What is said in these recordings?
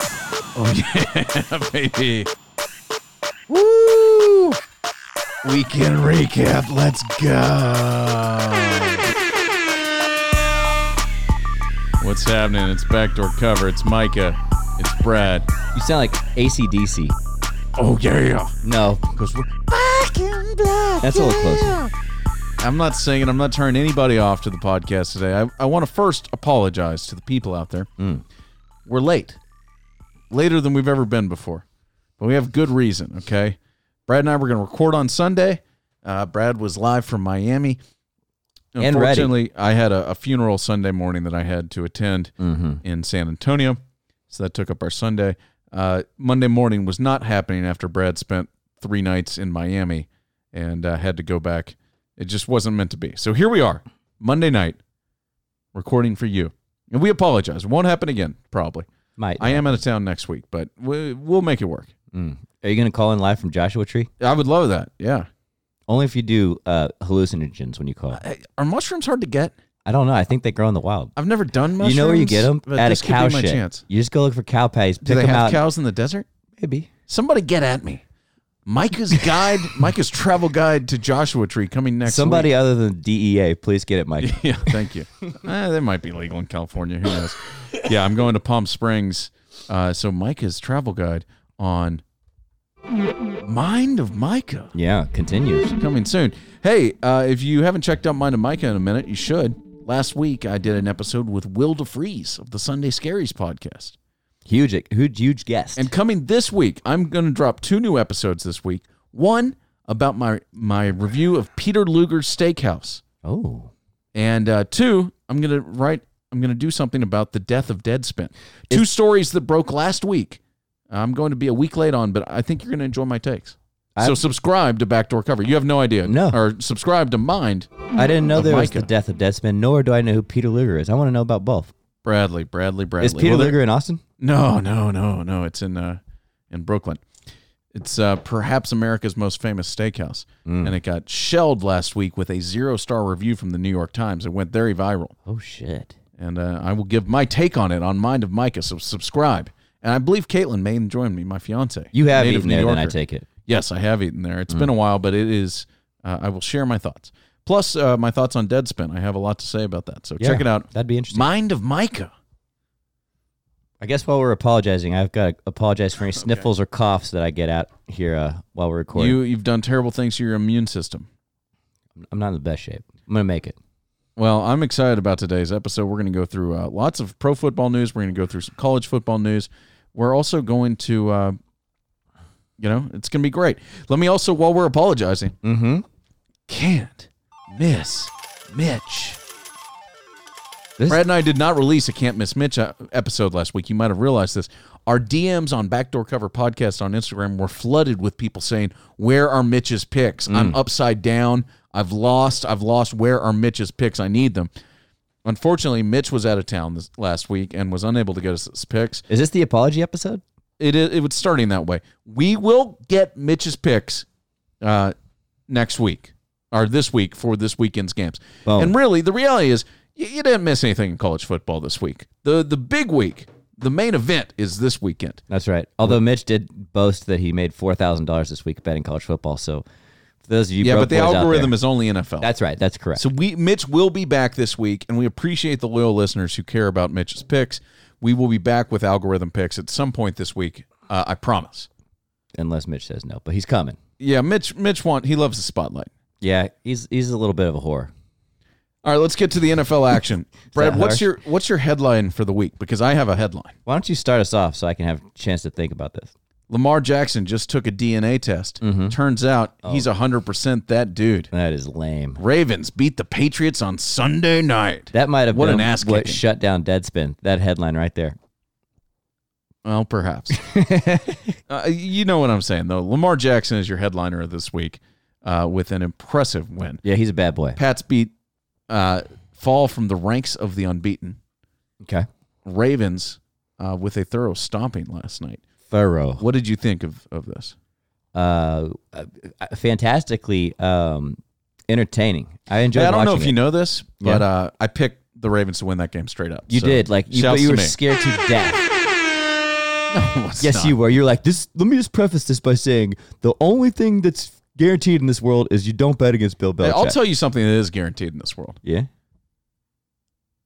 Oh yeah, baby. Woo! Weekend recap. Let's go. What's happening? It's backdoor cover. It's Micah. It's Brad. You sound like ACDC. Oh yeah. No, Because we're that's a little closer. I'm not singing. I'm not turning anybody off to the podcast today. I, I want to first apologize to the people out there. We're late, later than we've ever been before, but we have good reason. Okay, Brad and I were going to record on Sunday. Uh, Brad was live from Miami. ready. Unfortunately, I had a, a funeral Sunday morning that I had to attend in San Antonio, so that took up our Sunday. Uh, Monday morning was not happening after Brad spent three nights in Miami and uh, had to go back. It just wasn't meant to be. So here we are, Monday night, recording for you, and we apologize. It won't happen again, probably. Might. I am out of town next week, but we, we'll make it work. Mm. Are you gonna call in live from Joshua Tree? I would love that. Yeah. Only if you do uh, hallucinogens when you call. Hey, Are mushrooms hard to get? I don't know. I think they grow in the wild. I've never done mushrooms. you know where you get them but at a this could be cow my shit. chance. You just go look for cow patties, pick Do they them have out. cows in the desert? Maybe. Somebody get at me. Micah's guide, Micah's travel guide to Joshua Tree coming next Somebody other than DEA, please get it, Mike. week. Yeah, thank you. Eh, they might be legal in California. Who knows? yeah, I'm going to Palm Springs. Uh, so Micah's travel guide on Mind of Micah yeah, continues. coming soon. Hey, uh, if you haven't checked out Mind of Micah in a minute, you should. Last week, I did an episode with Will DeFries of the Sunday Scaries podcast. Huge, huge, huge guest. And coming this week, I'm going to drop two new episodes this week. One about my my review of Peter Luger's Steakhouse, oh, and uh, two, I'm going to write. I'm going to do something about the death of Deadspin. Two stories that broke last week. I'm going to be a week late on, but I think you're going to enjoy my takes. so subscribe to Backdoor Cover. You have no idea. No. Or subscribe to Mind. I didn't know Of there was the Micah. death of Deadspin, nor do I know who Peter Luger is. I want to know about both. Bradley, Bradley, Bradley. Is Peter Well, there- Luger in Austin? No, no, no, no. It's in uh, in Brooklyn. It's uh, perhaps America's most famous steakhouse, Mm. and it got shelled last week with a zero star review from the New York Times. It went very viral, Oh shit. and uh, I will give my take on it on Mind of Micah. So subscribe, and I believe Caitlin may join me, my fiance. You have native eaten there, then I Yorker. take it. Mm. Yes, I have eaten there. It's been a while, but it is. Uh, I will share my thoughts. Plus, uh, my thoughts on Deadspin. I have a lot to say about that. So check Yeah, it out. That'd be interesting. Mind of Micah. I guess while we're apologizing, I've got to apologize for any sniffles or coughs that I get out here uh, while we're recording. You you've done terrible things to your immune system. I'm not in the best shape. I'm gonna make it. Well, I'm excited about today's episode. We're going to go through uh, lots of pro football news. We're going to go through some college football news. We're also going to, uh, you know, it's going to be great. Let me also, while we're apologizing, Mm-hmm. can't miss Mitch. This- Brad and I did not release a Can't Miss Mitch uh, episode last week. You might have realized this. Our DMs on Backdoor Cover Podcast on Instagram were flooded with people saying, Where are Mitch's picks? I'm upside down. I've lost. I've lost. Where are Mitch's picks? I need them. Unfortunately, Mitch was out of town this last week and was unable to get us his picks. Is this the apology episode? It it was starting that way. We will get Mitch's picks uh, next week or this week for this weekend's games. Boom. And really, the reality is you, you didn't miss anything in college football this week. the The big week, the main event, is this weekend. That's right. Although Mitch did boast that he made four thousand dollars this week betting college football. So for those of you, Yeah, but broke the boys out algorithm there- is only NFL. That's right. That's correct. so we Mitch will be back this week, and we appreciate the loyal listeners who care about Mitch's picks. We will be back with algorithm picks at some point this week. Uh, I promise. Unless Mitch says no, but he's coming. Yeah, Mitch. Mitch want he loves the spotlight. Yeah, he's he's a little bit of a whore. All right, let's get to the NFL action. Brad, that what's harsh? your what's your headline for the week? Because I have a headline. Why don't you start us off so I can have a chance to think about this? Lamar Jackson just took a DNA test. Mm-hmm. Turns out Oh. he's he's hundred percent that dude. That is lame. Ravens beat the Patriots on Sunday night. That might have What been an ass what kicking. shut down Deadspin. That headline right there. Well, perhaps. uh, you know what I'm saying though. Lamar Jackson is your headliner of this week uh, with an impressive win. Yeah, he's a bad boy. Pats beat uh, fall from the ranks of the unbeaten Okay. Ravens uh, with a thorough stomping last night. Thorough. What did you think of of this? uh, uh, fantastically um, entertaining. I enjoyed. Hey, I don't know watching if it. you know this, but Yeah. uh, I picked the Ravens to win that game straight up. You So, did like you, but shouts you to were me. scared to death. It's yes, not. you were. You're like this. Let me just preface this by saying the only thing that's guaranteed in this world is you don't bet against Bill Hey, Belichick. I'll tell you something that is guaranteed in this world. yeah.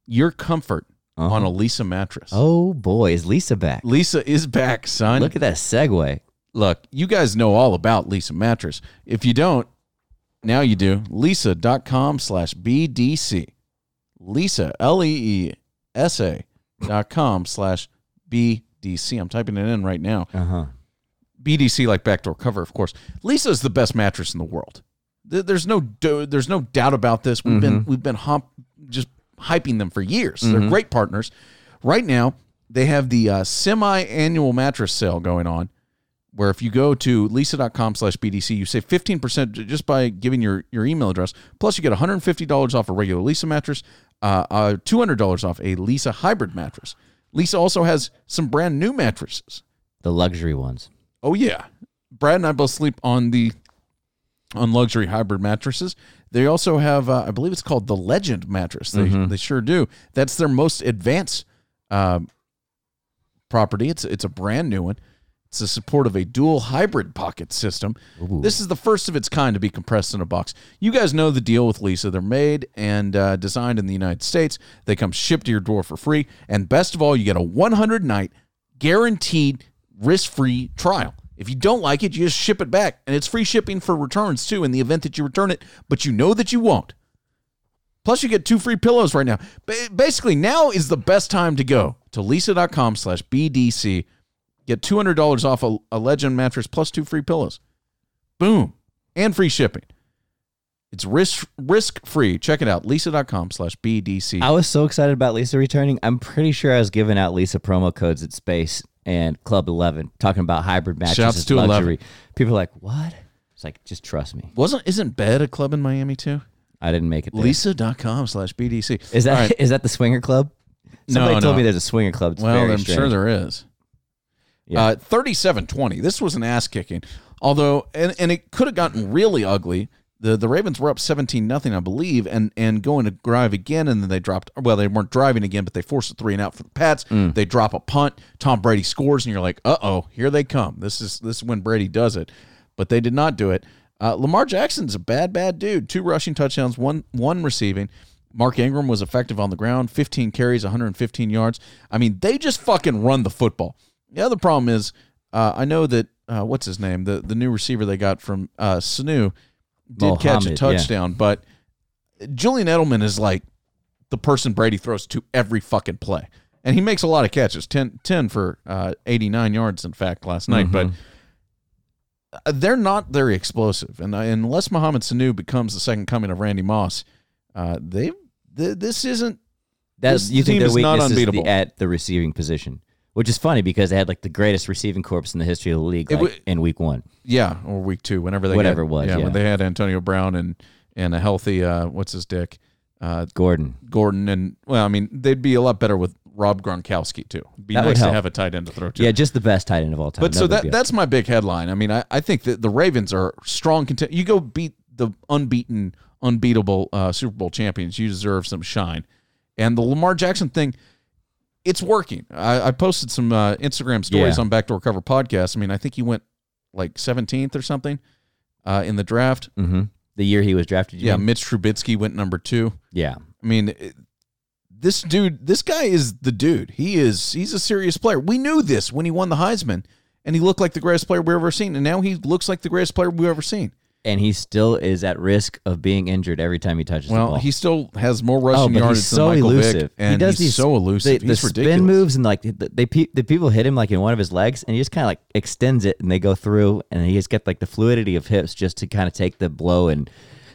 Your comfort Uh-huh. on a Lisa mattress. Oh boy, is Lisa back? Lisa is back, son. Look at that segue. Look, you guys know all about Lisa mattress. If you don't, now you do. Lisa.com slash BDC. Lisa, L E E S A dot com slash BDC. I'm typing it in right now. Uh huh. BDC like backdoor cover, of course. Lisa is the best mattress in the world. Th- There's no do- there's no doubt about this. We've been we've been hump, just hyping them for years. They're great partners. Right now, they have the uh, semi-annual mattress sale going on where if you go to lisa.com slash bdc you save 15% j- just by giving your, your email address plus you get $150 off a regular lisa mattress uh, uh, $200 off a lisa hybrid mattress lisa also has some brand new mattresses The luxury ones. Oh yeah. Brad and I both sleep on the on luxury hybrid mattresses. They also have, uh, I believe it's called the Legend mattress. They they sure do. That's their most advanced um, property. It's it's a brand new one. It's the support of a dual hybrid pocket system. This is the first of its kind to be compressed in a box. You guys know the deal with Lisa. They're made and uh, designed in the United States. They come shipped to your door for free. And best of all, you get a 100 night guaranteed risk free trial. If you don't like it, you just ship it back. And it's free shipping for returns too in the event that you return it, but you know that you won't. Plus, you get two free pillows right now. Ba- basically, now is the best time to go to lisa.com slash BDC. Get $200 off a, a Legend mattress plus two free pillows. Boom. And free shipping. It's risk risk free. Check it out. Lisa.com slash BDC. I was so excited about Lisa returning. I'm pretty sure I was giving out Lisa promo codes at Space and Club 11 talking about hybrid mattresses. Shouts to luxury. People are like, what? It's like, just trust me. Wasn't isn't bed a club in Miami too? I didn't make it there. Lisa.com slash BDC. Is that All right. is that the swinger club? Somebody No, told no. me there's a swinger club. It's Well, very I'm strange. sure there is. Yeah. Uh, 37-20. This was an ass kicking. Although, and, and it could have gotten really ugly. The the Ravens were up 17 nothing, I believe, and and going to drive again, and then they dropped. Well, they weren't driving again, but they forced a three and out for the Pats. Hmm. They drop a punt. Tom Brady scores, and you're like, uh oh, here they come. This is this is when Brady does it, but they did not do it. Uh, Lamar Jackson's a bad bad dude. Two rushing touchdowns, one one receiving. Mark Ingram was effective on the ground, 15 carries, 115 yards. I mean, they just fucking run the football. The other problem is, uh, I know that uh, what's his name, the the new receiver they got from uh, Sanu, did catch Mohamed, yeah. a touchdown, but Julian Edelman is like the person Brady throws to every fucking play, and he makes a lot of catches, 10, 10 for uh, eighty nine yards, in fact, last night, but Mm-hmm. uh, they're not very explosive, and uh, unless Mohamed Sanu becomes the second coming of Randy Moss, uh, they th- this isn't. That's This you think team their is not weakness is the, unbeatable. at the receiving position, which is funny because they had like the greatest receiving corps in the history of the league like, would- in week one. Yeah, or week two, whenever they Whatever had- it was, yeah. when they had Antonio Brown and and a healthy uh, what's his dick uh, Gordon, Gordon and well, I mean they'd be a lot better with Rob Gronkowski too. It'd be That would nice to help. have a tight end to throw to. yeah, just the best tight end of all time. but so would that be- that's my big headline. I mean, I, I think that the Ravens are strong. Cont- you go beat the unbeaten, unbeatable uh, Super Bowl champions. You deserve some shine. And the Lamar Jackson thing, it's working. I, I posted some uh, Instagram stories Yeah. on Backdoor Cover Podcast. I mean, I think he went like 17th or something uh, in the draft. Mhm. the year he was drafted. you Yeah, mean? Mitch Trubisky went number two. yeah. I mean, it- this dude, this guy is the dude. He is he's a serious player. We knew this when he won the Heisman, and he looked like the greatest player we've ever seen, and now he looks like the greatest player we've ever seen. and he still is at risk of being injured every time he touches the Well, ball. Oh, he still has more rushing but yards than Michael Vick, and he does he's these so elusive. The, he's the ridiculous. spin moves and like the- they pe- the people hit him like in one of his legs, and he just kind of like extends it, and they go through, and he just got like the fluidity of hips just to kind of take the blow and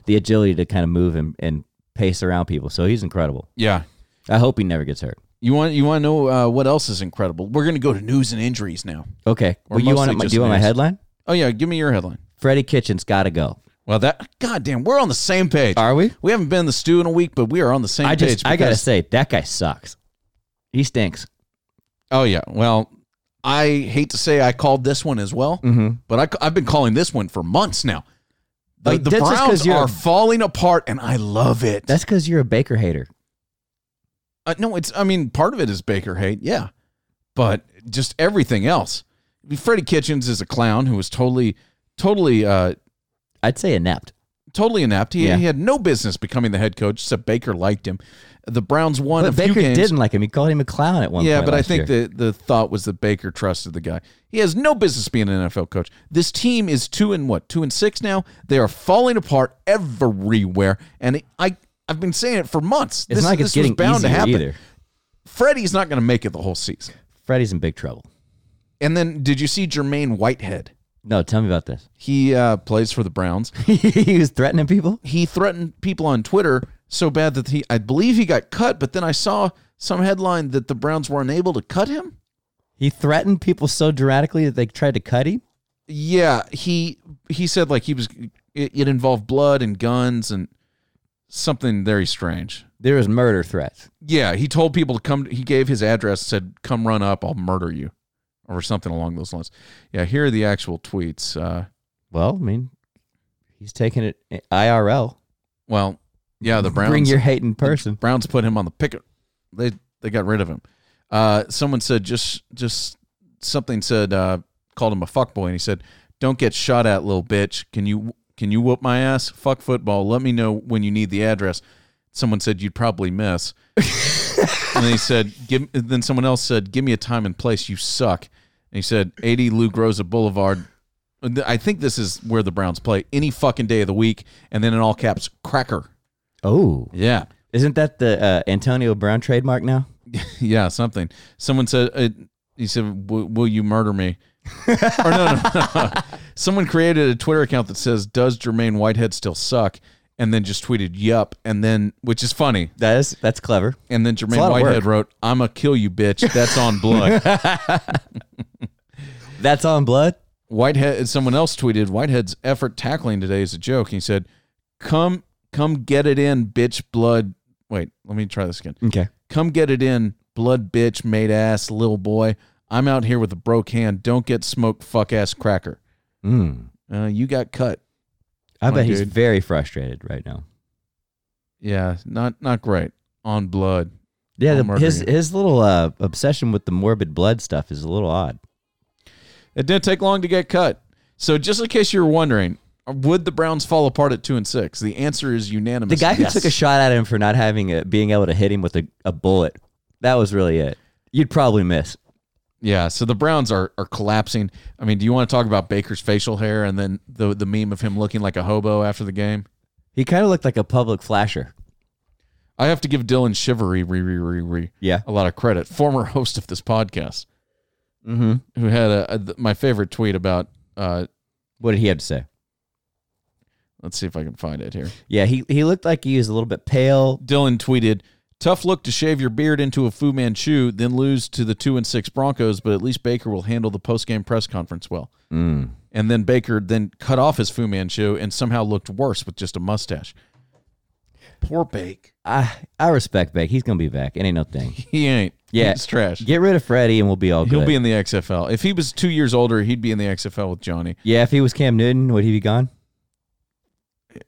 the agility to kind of move and, and pace around people. So he's incredible. Yeah. I hope he never gets hurt. You want you want to know uh, what else is incredible? We're going to go to news and injuries now. Okay, Or well, you mostly want my, just do you want my news. headline? Oh yeah, give me your headline. Freddie Kitchen's got to go. Well, that goddamn, we're on the same page. Are we? We haven't been in the stew in a week, but we are on the same I page. just I gotta because- say that guy sucks. He stinks. Oh yeah. Well, I hate to say I called this one as Mm. well, but I, have been calling this one for months now. The, Like, the that's just 'cause Browns you're- are falling apart, and I love it. That's because you're a Baker hater. Uh, no, it's. I mean, part of it is Baker hate. Yeah, but just everything else. I mean, Freddie Kitchens is a clown who was totally, totally, uh, I'd say inept. totally inept. He, Yeah. he had no business becoming the head coach, except Baker liked him. The Browns won a But few Baker games. didn't like him. He called him a clown at one Yeah, point. but I last think year. the, the thought was that Baker trusted the guy. He has no business being an NFL coach. This team is two and what two and six now. They are falling apart everywhere, and it, I I've been saying it for months. it's this not like this it's getting was bound easier to happen. either. Freddie's not going to make it the whole season. Freddie's in big trouble. And then did you see Jermaine Whitehead? No, tell me about this. He uh, plays for the Browns. he was threatening people. he threatened people on Twitter so bad that he I believe he got cut. But then I saw some headline that the Browns were unable to cut him. He threatened people so dramatically that they tried to cut him. Yeah, he he said like he was it, it involved blood and guns and something very strange. There was murder threats. Yeah, he told people to come. He gave his address, said, "Come run up, I'll murder you," or something along those lines. Yeah, here are the actual tweets. Uh, Well, I mean, he's taking it IRL. well, yeah, the Browns Bring your hate in person. Browns put him on the picket. They they got rid of him. Uh, someone said just just something said uh, called him a fuckboy, and he said, "Don't get shot at, little bitch. Can you can you whoop my ass? Fuck football. Let me know when you need the address." Someone said you'd probably miss, and he said, "Give." Then someone else said, "Give me a time and place. You suck." And he said, "80 Lou Groza Boulevard." I think this is where the Browns play any fucking day of the week, and then in all caps, cracker. Oh, Yeah. isn't that the uh, Antonio Brown trademark now? Yeah, something. Someone said, uh, he said, "W- will you murder me? or no, no, no. Someone created a Twitter account that says, does Jermaine Whitehead still suck? And then just tweeted, yup. And then, which is funny. That is that's clever. And then lot Jermaine of Whitehead wrote, I'm a kill you bitch. That's on blood. That's on blood. Whitehead, someone else tweeted, Whitehead's effort tackling today is a joke. He said, come, come get it in, bitch blood. Wait, let me try this again. Okay. Come get it in, blood bitch, made ass, little boy. I'm out here with a broke hand. Don't get smoked, fuck ass cracker. Mm. Uh, you got cut. I My bet he's dude. very frustrated right now. Yeah, not not great. On blood. Yeah, I'll the, murder his you. his little uh, obsession with the morbid blood stuff is a little odd. It didn't take long to get cut. So just in case you were wondering, would the Browns fall apart at two and six? The answer is The unanimous. guy who yes. took a shot at him for not having a, being able to hit him with a, a bullet, that was really it. You'd probably miss. Yeah, so the Browns are are collapsing. I mean, do you want to talk about Baker's facial hair and then the the meme of him looking like a hobo after the game? He kind of looked like a public flasher. I have to give Dylan Shivery re re re re Yeah. a lot of credit, former host of this podcast. Mm-hmm. who had a, a th- my favorite tweet about. Uh, What did he have to say? let's see if I can find it here. Yeah, he, he looked like he was a little bit pale. Dylan tweeted, "Tough look to shave your beard into a Fu Manchu, then lose to the two and six Broncos, but at least Baker will handle the post game press conference well." Mm. And then Baker then cut off his Fu Manchu and somehow looked worse with just a mustache. Poor Bake. I I respect Beck. He's gonna be back. It ain't no thing. He ain't. Yeah. it's trash. Get rid of Freddie and we'll be all good. He'll be in the XFL. If he was two years older, he'd be in the XFL with Johnny. yeah, if he was Cam Newton, would he be gone?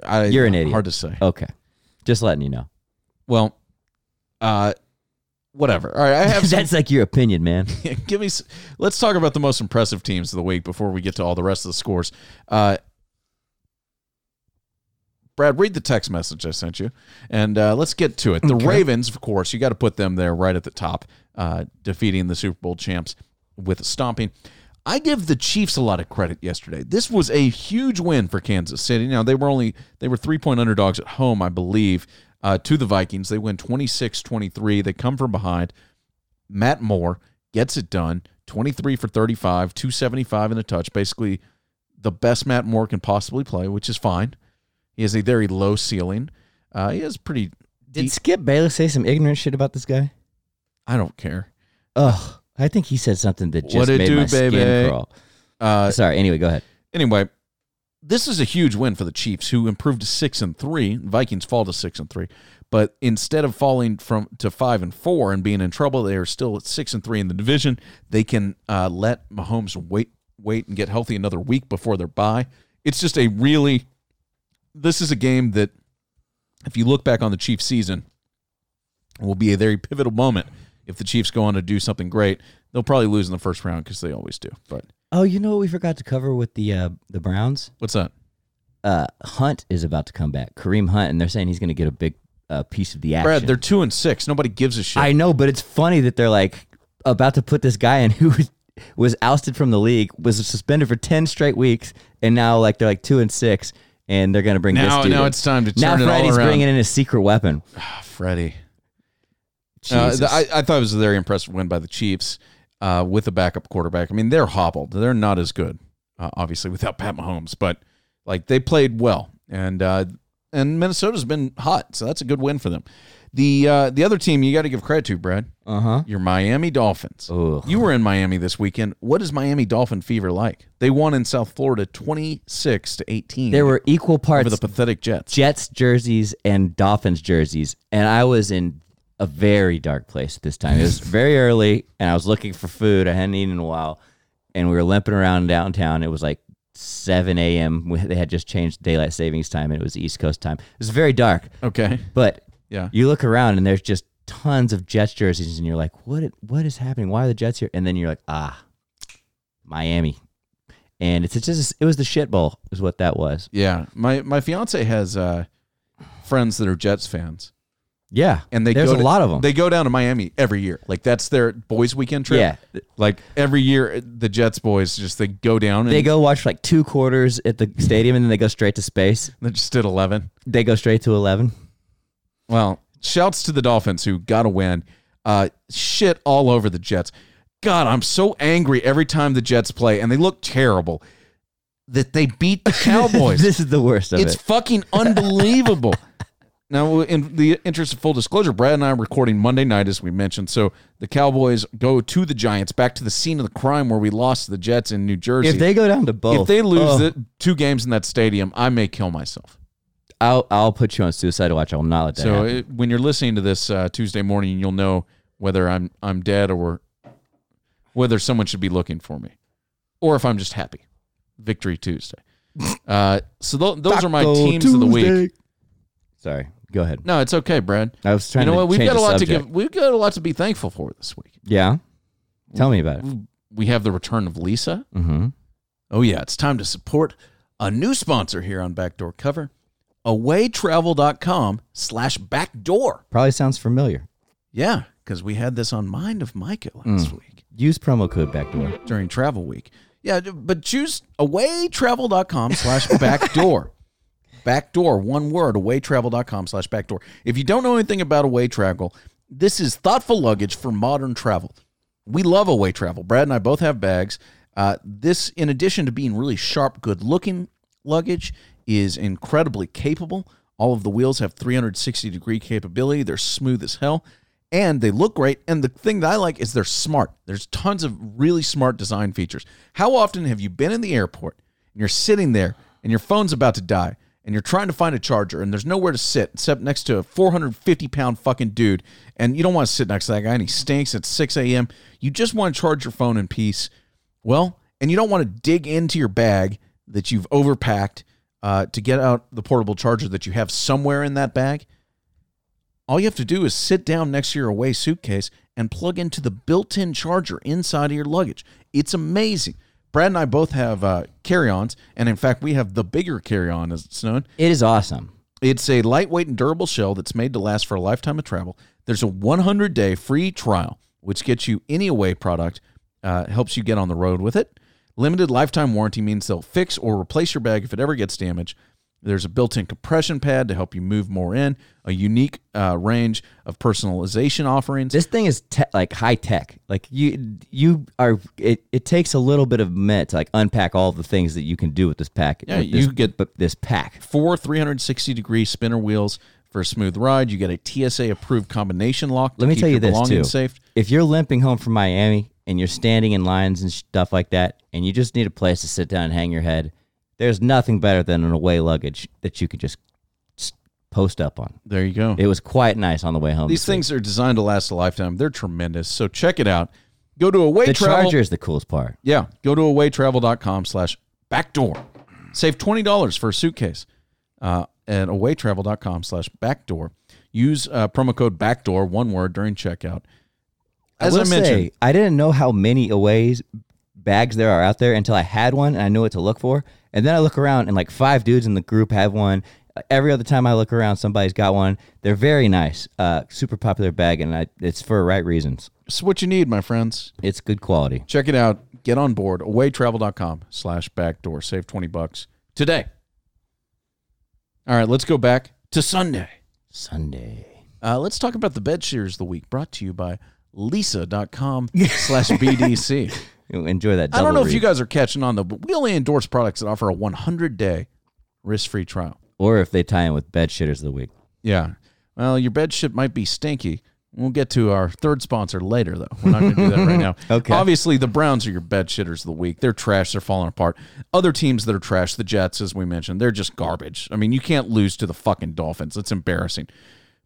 I, You're an idiot. Hard to say. Okay, just letting you know. Well, uh, whatever. All right, I have some That's like your opinion, man. give me. s- Let's talk about the most impressive teams of the week before we get to all the rest of the scores. Uh, Brad, read the text message I sent you, and uh, let's get to it. The Ravens, of course, you got to put them there right at the top, uh, defeating the Super Bowl champs with a stomping. I give the Chiefs a lot of credit yesterday. This was a huge win for Kansas City. Now they were only they were three point underdogs at home, I believe, uh, to the Vikings. They win 26-23. They come from behind. Matt Moore gets it done 23 for 35, 275 and a touch. Basically, the best Matt Moore can possibly play, which is fine. He has a very low ceiling. Uh, he has pretty. Did Skip Bayless say some ignorant shit about this guy? I don't care. Ugh, I think he said something that just What it made do, my baby? skin crawl. Uh, Sorry. Anyway, go ahead. anyway, this is a huge win for the Chiefs, who improved to six and three. Vikings fall to six and three, but instead of falling from to five and four and being in trouble, they are still at six and three in the division. They can uh, let Mahomes wait, wait, and get healthy another week before their bye. It's just a really. This is a game that, if you look back on the Chiefs season, will be a very pivotal moment if the Chiefs go on to do something great, they'll probably lose in the first round because they always do. But Oh, you know what we forgot to cover with the uh, the Browns? what's that? Uh, Hunt is about to come back. Kareem Hunt, and they're saying he's going to get a big uh, piece of the action. Brad, they're two and six. Nobody gives a shit. I know, but it's funny that they're like about to put this guy in who was ousted from the league, was suspended for ten straight weeks, and now like they're like two and six, and they're gonna bring Now- this dude. now in. it's time to now turn it all Freddy's around. bringing in his secret weapon. Ah, Freddie. Uh, Jesus. th- I, I thought it was a very impressive win by the Chiefs uh, with a backup quarterback. I mean, they're hobbled. They're not as good, uh, obviously, without Pat Mahomes. But like they played well, and uh, and Minnesota's been hot, so that's a good win for them. The uh, the other team you got to give credit to, Brad. uh huh. Your Miami Dolphins. Ugh. You were in Miami this weekend. What is Miami Dolphin fever like? They won in South Florida, twenty six to eighteen. There were equal over parts the pathetic Jets. Jets jerseys and Dolphins jerseys, and I was in a very dark place this time. It was very early, and I was looking for food. I hadn't eaten in a while, and we were limping around downtown. It was like 7 a.m. We- They had just changed daylight savings time, and it was East Coast time. It was very dark, Okay, but yeah. you look around and there's just tons of Jets jerseys, and you're like, what? What is happening? Why are the Jets here? And then you're like, ah, Miami, and it's it's just it was the shit bowl, is what that was. Yeah, my my fiance has uh, friends that are Jets fans, Yeah, and they there's go a to- lot of them. They go down to Miami every year. Like that's their boys' weekend trip. Yeah. like every year the Jets boys just they go down and They they go watch like two quarters at the stadium and then they go straight to space. just did eleven. They go straight to 11. Well, shouts to the Dolphins who got a win. Uh, shit all over the Jets. God, I'm so angry every time the Jets play, and they look terrible. That they beat the Cowboys. this is the worst of It's it. fucking unbelievable. now, in the interest of full disclosure, Brad and I are recording Monday night, as we mentioned. So the Cowboys go to the Giants, back to the scene of the crime where we lost to the Jets in New Jersey. If they go down to both, If they lose oh, the two games in that stadium, I may kill myself. I'll, I'll put you on suicide watch. I'll not let that So happen. it, when you're listening to this uh, Tuesday morning, you'll know whether I'm I'm dead or whether someone should be looking for me, or if I'm just happy. Victory Tuesday. Uh, so tho- those are my Taco teams of the week. Tuesday. Sorry. Go ahead. No, it's okay, Brad. I was trying You know to what? We've change got a the lot to subject. give. We've got a lot to be thankful for this week. Yeah. Tell me about it. We have the return of Lisa. Mm-hmm. Oh yeah, it's time to support a new sponsor here on Backdoor Cover, awaytravel.com slash backdoor. Probably sounds familiar. Yeah, because we had this on Mind of Micah Mm. last week Use promo code backdoor. during travel week. Yeah, but choose awaytravel.com slash backdoor. backdoor, one word, awaytravel.com slash backdoor. If you don't know anything about away travel, this is thoughtful luggage for modern travel. We love away travel. Brad and I both have bags. Uh, this, in addition to being really sharp, good looking luggage, is incredibly capable. All of the wheels have 360 degree capability. They're smooth as hell and they look great. And the thing that I like is they're smart. There's tons of really smart design features. How often have you been in the airport and you're sitting there and your phone's about to die and you're trying to find a charger and there's nowhere to sit except next to a 450 pound fucking dude and you don't want to sit next to that guy and he stinks at 6 a.m. You just want to charge your phone in peace. Well, and you don't want to dig into your bag that you've overpacked uh, to get out the portable charger that you have somewhere in that bag. All you have to do is sit down next to your away suitcase and plug into the built in charger inside of your luggage. It's amazing. Brad and I both have uh, carry ons, and in fact, we have the bigger carry on, as it's known. It is awesome. It's a lightweight and durable shell that's made to last for a lifetime of travel. There's a 100 day free trial, which gets you any away product, uh, helps you get on the road with it. Limited lifetime warranty means they'll fix or replace your bag if it ever gets damaged. There's a built in compression pad to help you move more in, a unique uh, range of personalization offerings. This thing is te- like high tech. Like you, you are. It, it takes a little bit of a minute to like unpack all the things that you can do with this pack. Yeah, with this- you get- but this pack. Four 360 degree spinner wheels for a smooth ride. You get a TSA approved combination lock. To Let me keep tell you your this, belongings too. Safe. If you're limping home from Miami and you're standing in lines and stuff like that, and you just need a place to sit down and hang your head, there's nothing better than an away luggage that you can just s- post up on. There you go. It was quite nice on the way home. These this week. things are designed to last a lifetime. They're tremendous. So check it out. Go to away The travel. charger is the coolest part. Yeah, go to awaytravel.com slash backdoor. Save $20 for a suitcase uh, at awaytravel.com slash backdoor. Use uh, promo code backdoor, one word, during checkout. as will I mentioned, say, I didn't know how many aways bags there are out there until I had one and I knew what to look for. And then I look around and like five dudes in the group have one. Every other time I look around, somebody's got one. They're very nice, uh, super popular bag, and I, it's for right reasons. it's what you need, my friends. It's good quality. Check it out. Get on board. Awaytravel.com slash backdoor. Save 20 bucks today. All right, let's go back to Sunday. Sunday. Uh, let's talk about the bed shears of the week brought to you by lisa.com slash BDC. Enjoy that. I Double don't know if read. you guys are catching on though, but we only endorse products that offer a 100 day risk free trial. or if they tie in with bed shitters of the week. Yeah. Well, your bed shit might be stinky. We'll get to our third sponsor later, though. We're not going to do that right now. Okay. Obviously, the Browns are your bed shitters of the week. They're trash. They're falling apart. Other teams that are trash, the Jets, as we mentioned, they're just garbage. I mean, you can't lose to the fucking Dolphins. It's embarrassing.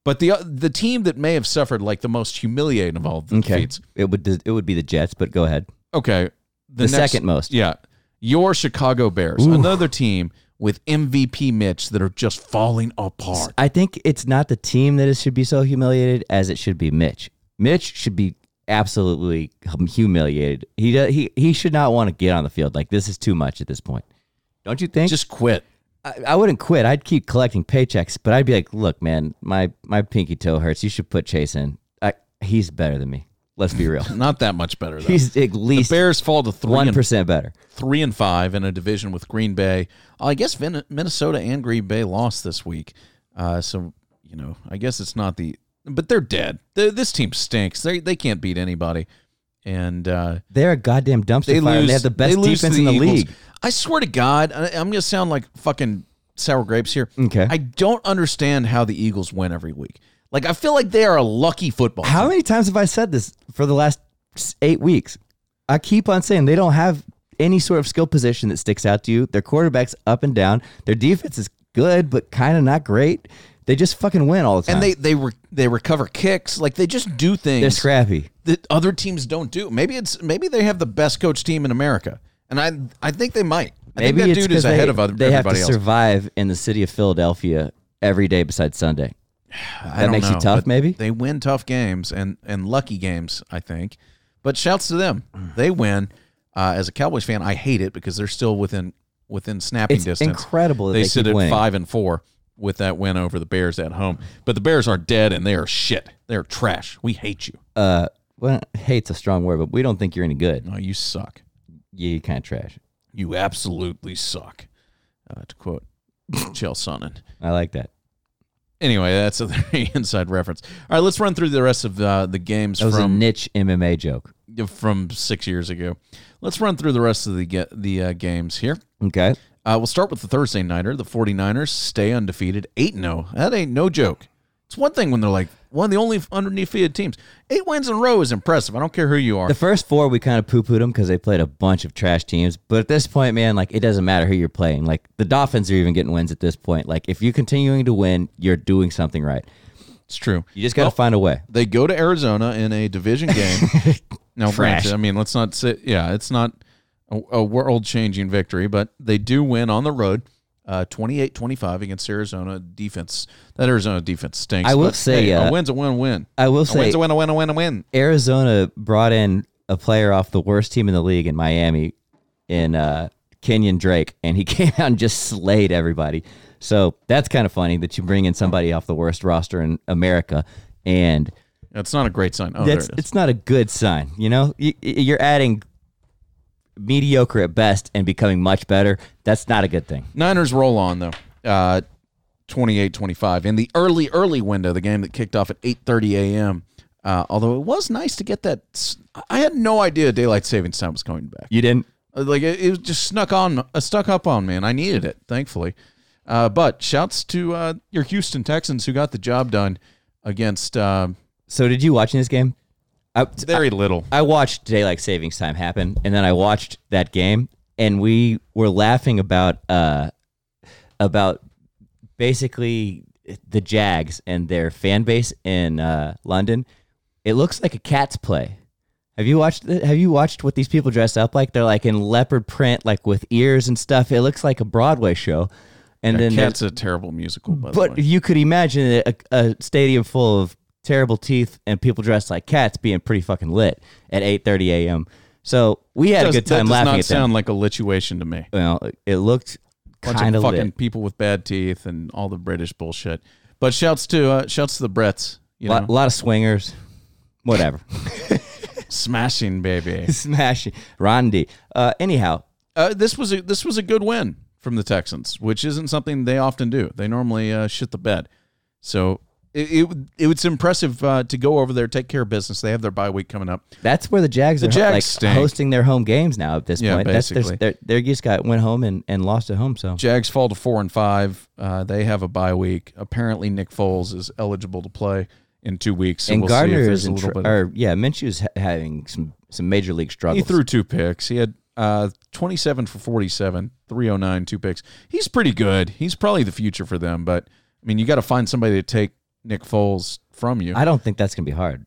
But the uh, the team that may have suffered like the most humiliating of all the defeats. It would it would be the Jets, but go ahead. Okay. The second most. Yeah. Your Chicago Bears, another team with MVP Mitch that are just falling apart. I think it's not the team that is, should be so humiliated as it should be Mitch. Mitch should be absolutely hum- humiliated. He does, he he should not want to get on the field. Like this is too much at this point. Don't you think? Just quit. I, I wouldn't quit. I'd keep collecting paychecks, but I'd be like, look, man, my my pinky toe hurts. You should put Chase in. I, he's better than me. Let's be real. Not that much better, though. he's at least Bears fall to three one and, percent better. three and five in a division with Green Bay. I guess Vin- Minnesota and Green Bay lost this week, uh, so you know I guess it's not the but they're dead. Th this team stinks. They they can't beat anybody, and uh, They're a goddamn dumpster they lose. fire. and they have the best they lose defense to in the Eagles. league. I swear to God, I, I'm gonna sound like fucking sour grapes here. Okay. I don't understand how the Eagles win every week. Like I feel like they are a lucky football. How team. many times have I said this for the last s- eight weeks? I keep on saying they don't have any sort of skill position that sticks out to you. Their quarterback's up and down. Their defense is good, but kind of not great. They just fucking win all the time. And they they re- they recover kicks. Like they just do things. they're scrappy. that other teams don't do. Maybe it's maybe they have the best coach team in America, and I I think they might. I Maybe think that it's dude is 'cause ahead they, of other, they have to everybody else. survive in the city of Philadelphia every day besides Sunday. I That don't makes know, you tough, but maybe. They win tough games and and lucky games, I think. But shouts to them, Mm. they win. Uh, as a Cowboys fan, I hate it because they're still within within snapping It's distance. incredible that they, they sit keep at winning. five and four with that win over the Bears at home. But the Bears are dead and they are shit. They are trash. We hate you. Uh, well, hate's a strong word, but we don't think you're any good. No, Oh, you suck. Yeah, you kind of trash. You absolutely suck. Uh, to quote Chael Sonnen. I like that. Anyway, that's a inside reference. All right, let's run through the rest of uh, the games That was a from niche MMA joke. from six years ago. Let's run through the rest of the ge- the uh, games here. Okay. Uh, we'll start with the Thursday nighter. The 49ers stay undefeated, eight and zero. That ain't no joke. It's one thing when they're like one of the only undefeated teams. Eight wins in a row is impressive. I don't care who you are. The first four, we kind of poo pooed them because they played a bunch of trash teams. But at this point, man, like it doesn't matter who you're playing. Like the Dolphins are even getting wins at this point. Like if you're continuing to win, you're doing something right. It's true. You just got to find a way. They go to Arizona in a division game. now, Trash. granted, I mean, let's not say, yeah, it's not a, a world changing victory, but they do win on the road. Uh, 28-25 against Arizona defense. That Arizona defense stinks. I will but, say, hey, uh, a win's a win, win. I will A say, win's a win, a win, a win, a win. Arizona brought in a player off the worst team in the league in Miami, in uh, Kenyon Drake, and he came out and just slayed everybody. So that's kind of funny that you bring in somebody off the worst roster in America, and That's not a great sign. Oh, that's there it is. it's not a good sign. You know, you, you're adding mediocre at best and becoming much better. That's not a good thing. Niners roll on though. Uh 28-25 in the early early window, the game that kicked off at 8:30 a.m. Uh, although it was nice to get that s- I had no idea daylight savings time was coming back. You didn't. Uh, Like it, it was just snuck on, uh, stuck up on me, and I needed it, thankfully. Uh, but shouts to uh, your Houston Texans who got the job done against uh, So did you watching this game? I, very little. I watched daylight savings time happen, and then I watched that game, and we were laughing about uh about basically the Jags and their fan base in uh, London. It looks like a cat's play. Have you watched? The, have you watched what these people dress up like? They're like in leopard print, like with ears and stuff. It looks like a Broadway show. And then, there's- Cat's a terrible musical, by the but way. you could imagine a, a stadium full of terrible teeth and people dressed like cats being pretty fucking lit at 8:30 a.m. So we had Does- a good time that does laughing not at sound them. like a lituation to me. Well, it looked bunch kind of of fucking lit. people with bad teeth and all the British bullshit. But shouts to uh, shouts to the Brets, you A lot, know, lot of swingers, whatever, smashing baby. smashing. Rondi. Uh, anyhow, Uh, this was a this was a good win from the Texans, which isn't something they often do. They normally uh, shit the bed. So it it, it was impressive uh, to go over there, take care of business. They have their bye week coming up. That's where the Jags The are Jags like stink. hosting their home games now at this Yeah, point. That's their, basically. their, their just got went home and, and lost at home. So Jags fall to four and five. Uh, they have a bye week. Apparently, Nick Foles is eligible to play in two weeks. So and we'll see if Gardner there's is a in little tr- bit. of- or yeah, Minshew's ha- having some some major league He struggles. threw two picks. He had uh, 27 for 47, 309, two picks. He's pretty good. He's probably the future for them, but I mean, you got to find somebody to take Nick Foles from you. I don't think that's gonna be hard.